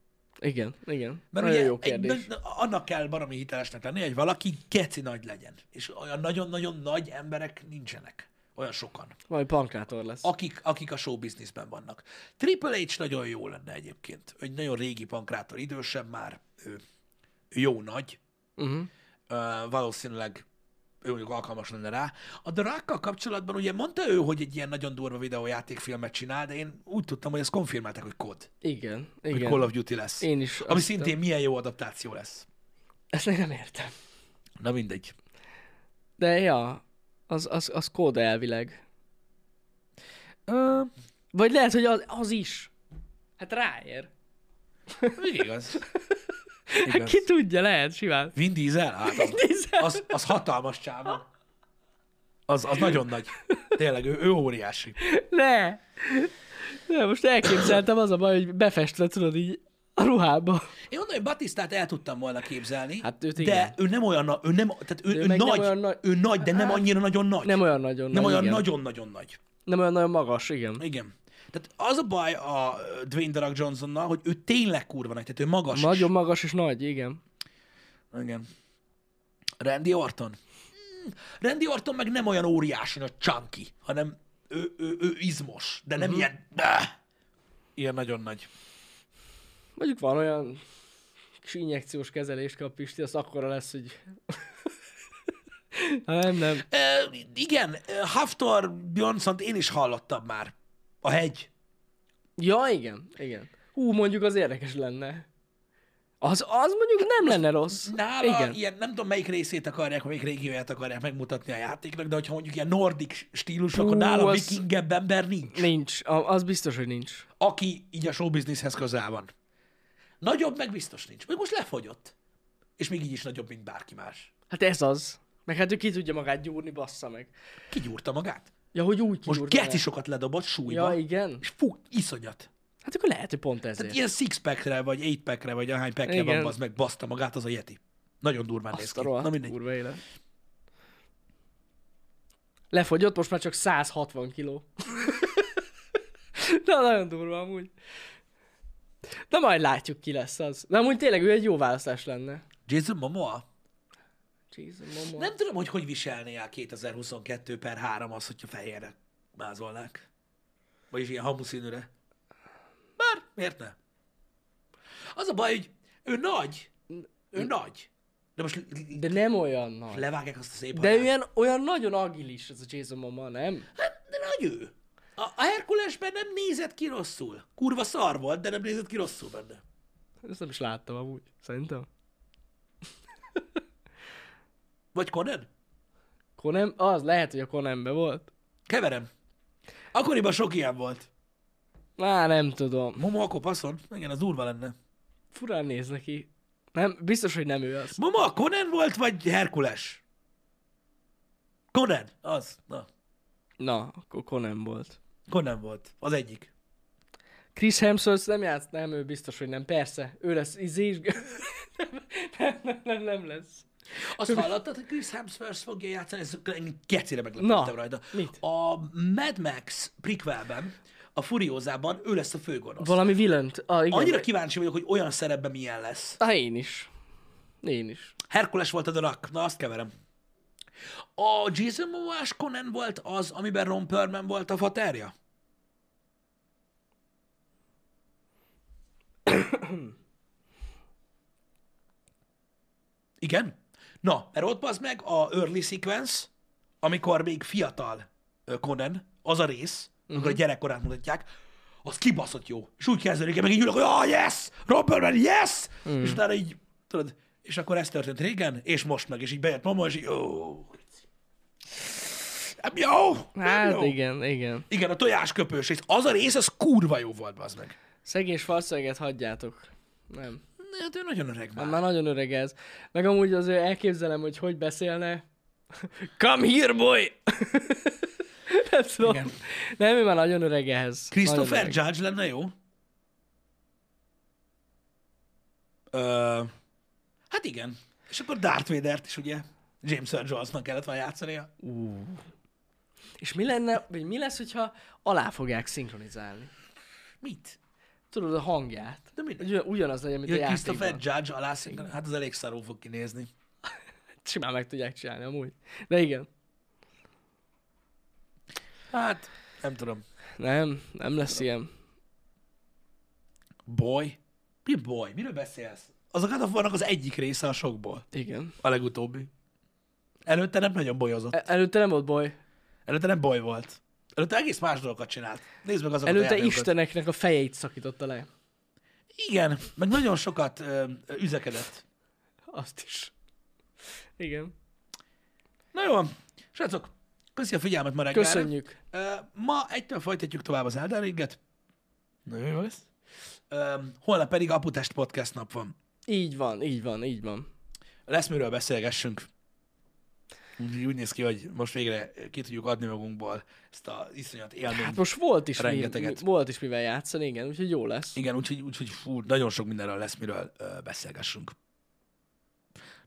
Speaker 1: Igen, igen.
Speaker 2: Mert
Speaker 1: Nagyon
Speaker 2: ugye
Speaker 1: jó kérdés.
Speaker 2: Egy, na- annak kell valami hitelesnek lenni, hogy valaki keci nagy legyen. És olyan nagyon-nagyon nagy emberek nincsenek. Olyan sokan.
Speaker 1: Valami pankátor lesz.
Speaker 2: Akik, akik a show businessben vannak. Triple H nagyon jó lenne egyébként. Egy nagyon régi pankrátor, idősebb már. Ő, ő jó nagy.
Speaker 1: Uh-huh.
Speaker 2: Ö, valószínűleg ő mondjuk alkalmas lenne rá. A The Rock-kal kapcsolatban ugye mondta ő, hogy egy ilyen nagyon durva videójátékfilmet csinál, de én úgy tudtam, hogy ezt konfirmálták, hogy kod,
Speaker 1: Igen,
Speaker 2: hogy
Speaker 1: igen.
Speaker 2: Call of Duty lesz.
Speaker 1: Én is
Speaker 2: ami
Speaker 1: azt-
Speaker 2: szintén milyen jó adaptáció lesz.
Speaker 1: Ezt még nem értem.
Speaker 2: Na mindegy.
Speaker 1: De ja, az, az, az kód elvileg.
Speaker 2: Ö,
Speaker 1: Vagy lehet, hogy az, az is. Hát ráér.
Speaker 2: még igaz.
Speaker 1: Hát
Speaker 2: igaz.
Speaker 1: ki tudja, lehet simán.
Speaker 2: Vin Diesel? Hát az, az, az hatalmas csávó. Az, az nagyon nagy. Tényleg, ő, ő óriási.
Speaker 1: Ne! Ne, most elképzeltem, az a baj, hogy befestve, tudod, így a ruhába.
Speaker 2: Én mondom, hogy Batisztát el tudtam volna képzelni,
Speaker 1: Hát őt igen.
Speaker 2: de ő nem olyan, na- ő nem, tehát ő,
Speaker 1: ő
Speaker 2: ő,
Speaker 1: meg nem
Speaker 2: nagy, nem
Speaker 1: olyan nagy- Hát
Speaker 2: ő nagy, de nem annyira nagyon nagy.
Speaker 1: Nem olyan nagyon
Speaker 2: Nem
Speaker 1: nagy,
Speaker 2: olyan
Speaker 1: igen.
Speaker 2: nagyon-nagyon nagy.
Speaker 1: Nem olyan nagyon magas, igen.
Speaker 2: Igen. Tehát az a baj a ö, Dwayne The Rock Johnsonnal, hogy ő tényleg kurva nagy, tehát ő magas
Speaker 1: Nagyon magas és nagy, igen.
Speaker 2: is. Igen. Randy Orton. Mm, Randy Orton meg nem olyan óriási nagy chunky, hanem ő, ő, ő izmos, de nem uh-huh. ilyen... De! Ilyen nagyon nagy.
Speaker 1: Mondjuk van olyan kis injekciós kezelést kap Pisti, az akkora lesz, hogy... Hát nem, nem.
Speaker 2: Ö, igen, ö, Haftor Björnson én is hallottam már. A hegy.
Speaker 1: Ja, igen, igen. Hú, mondjuk az érdekes lenne. Az, az mondjuk nem lenne rossz.
Speaker 2: Nála igen. ilyen, nem tudom melyik részét akarják, melyik régióját akarják megmutatni a játéknak, de hogyha mondjuk ilyen nordik stílus, akkor
Speaker 1: Ú,
Speaker 2: nála
Speaker 1: az-
Speaker 2: az... vikingebb ember nincs.
Speaker 1: Nincs, a- az biztos, hogy nincs.
Speaker 2: aki így a showbizniszhez közel van. Nagyobb meg biztos nincs. Még most lefogyott. És még így is nagyobb, mint bárki más.
Speaker 1: Hát ez az. Meg hát ő ki tudja magát gyúrni, bassza meg.
Speaker 2: Kigyúrta magát.
Speaker 1: Ja, hogy úgy
Speaker 2: Most
Speaker 1: kigyúrta
Speaker 2: geci sokat ledobott súlyba.
Speaker 1: Ja, igen.
Speaker 2: És fú, iszonyat.
Speaker 1: Hát akkor lehet, hogy pont ezért.
Speaker 2: Tehát ilyen six packre, vagy eight packre, vagy ahány packre
Speaker 1: Igen.
Speaker 2: van, az meg baszta magát az a Yeti. Nagyon durván néz
Speaker 1: Azt
Speaker 2: ki.
Speaker 1: a rohadt
Speaker 2: Na mindegy.
Speaker 1: kurva élet. Lefogyott, most már csak 160 kiló. Na, nagyon durva amúgy. De majd látjuk, ki lesz az. De amúgy tényleg ő egy jó választás lenne.
Speaker 2: Jason Momoa?
Speaker 1: Jesus, mama.
Speaker 2: Nem tudom, hogy hogy viselné el 2022 per 3 az, hogyha fehérre mázolnák. Vagyis ilyen hamuszínűre. Bár, miért ne? Az a baj, hogy ő nagy. Ő nagy. De most l- l-
Speaker 1: De nem olyan nagy.
Speaker 2: levágják azt a szép
Speaker 1: De ő
Speaker 2: haját.
Speaker 1: ilyen, olyan nagyon agilis ez a Jason Momoa, nem?
Speaker 2: Hát, de nagy ő. A, a Herkulesben nem nézett ki rosszul. Kurva szar volt, de nem nézett ki rosszul benne.
Speaker 1: Ezt nem is láttam amúgy, szerintem.
Speaker 2: Vagy Conan?
Speaker 1: Konem, az lehet, hogy a Konembe volt.
Speaker 2: Keverem. Akkoriban sok ilyen volt.
Speaker 1: Már nem tudom.
Speaker 2: Momo akkor passzol? Igen, az durva lenne.
Speaker 1: Furán néz neki. Nem, biztos, hogy nem ő az.
Speaker 2: Mama, Conan volt, vagy Herkules? Conan, az. Na,
Speaker 1: Na, akkor Konem volt.
Speaker 2: Conan volt. Az egyik.
Speaker 1: Chris Hemsworth nem játsz? Nem, ő biztos, hogy nem. Persze, ő lesz izés. nem, nem, nem, nem lesz.
Speaker 2: Azt hallottad, hogy Chris Hemsworth fogja játszani, ez én kecére meglepődtem
Speaker 1: Na,
Speaker 2: rajta.
Speaker 1: mit?
Speaker 2: A Mad Max prequelben, a Furiózában ő lesz a főgonosz.
Speaker 1: Valami villant. Ah, igen.
Speaker 2: Annyira kíváncsi vagyok, hogy olyan szerepben milyen lesz.
Speaker 1: Ah, én is. Én is.
Speaker 2: Herkules volt a darak. Na, azt keverem. A Jason Momoa-s Conan volt az, amiben Ron Perlman volt a faterja? Igen? Na, mert ott az meg a early sequence, amikor még fiatal ö, Conan, az a rész, uh-huh. amikor a
Speaker 1: Mhm.
Speaker 2: gyerekkorát mutatják, az kibaszott jó. És úgy kezdődik, én meg így ülök, hogy ah, yes! Robberman, yes!
Speaker 1: Mhm.
Speaker 2: Mm. És utána így, tudod, és akkor ez történt régen, és most meg, és így bejött mama, és így, ó, nem jó, nem
Speaker 1: Hát
Speaker 2: jó.
Speaker 1: igen, igen.
Speaker 2: igen, a tojásköpős rész. Az a rész, az kurva jó volt, az meg.
Speaker 1: Szegény Schwarzenegget hagyjátok. Nem.
Speaker 2: Hát ő nagyon öreg már.
Speaker 1: Már nagyon öreg ez. Meg amúgy azért elképzelem, hogy hogy beszélne. Come here, boy! nem tudom.
Speaker 2: Igen.
Speaker 1: Nem, ő már nagyon öreg ehhez.
Speaker 2: Christopher
Speaker 1: Nagyon öreg.
Speaker 2: Judge lenne jó? Ö, hát igen. És akkor Darth Vader-t is ugye James Earl Jones-nak kellett volna játszania.
Speaker 1: És mi lenne, vagy mi lesz, hogyha alá fogják szinkronizálni?
Speaker 2: Mit?
Speaker 1: Tudod, a hangját.
Speaker 2: De mindegy.
Speaker 1: Hogy ugyan- Ugyanaz legyen, mint a
Speaker 2: Jö, Christopher
Speaker 1: játékban.
Speaker 2: Judge alá szinkron, hát az elég szarul fog kinézni.
Speaker 1: Simán meg tudják csinálni amúgy. De igen.
Speaker 2: Hát, nem tudom.
Speaker 1: Nem, nem lesz ilyen.
Speaker 2: Boy? Mi boy? Miről beszélsz? Az a God of War-nak az egyik része a sokból.
Speaker 1: Igen.
Speaker 2: A legutóbbi. Előtte nem nagyon bolyozott.
Speaker 1: E- előtte nem volt baj.
Speaker 2: Előtte nem boly volt. Előtte egész más dolgokat csinált. Nézd meg azokat a
Speaker 1: Előtte
Speaker 2: játékokat.
Speaker 1: isteneknek a fejeit szakította le.
Speaker 2: Igen, meg nagyon sokat ö, ö, üzekedett.
Speaker 1: Azt is. Igen.
Speaker 2: Na jó, srácok, köszi a figyelmet ma reggelre.
Speaker 1: Köszönjük.
Speaker 2: Ö, ma egytől folytatjuk tovább az Elden Ringet. Nagyon jó lesz. Ö, holnap pedig Aputest Podcast nap van.
Speaker 1: Így van, így van, így van.
Speaker 2: Lesz miről beszélgessünk. Úgy, úgy néz ki, hogy most végre ki tudjuk adni magunkból ezt a iszonyat élményt.
Speaker 1: Hát most volt is, mi, mi,
Speaker 2: Rengeteget.
Speaker 1: volt is mivel játszani, igen, úgyhogy jó lesz.
Speaker 2: Igen, úgyhogy, úgyhogy fú, nagyon sok mindenről lesz, miről ö, beszélgessünk.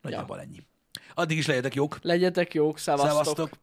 Speaker 2: Nagyjából ennyi. Addig is legyetek jók.
Speaker 1: Legyetek jók, szevasztok.
Speaker 2: Szevasztok.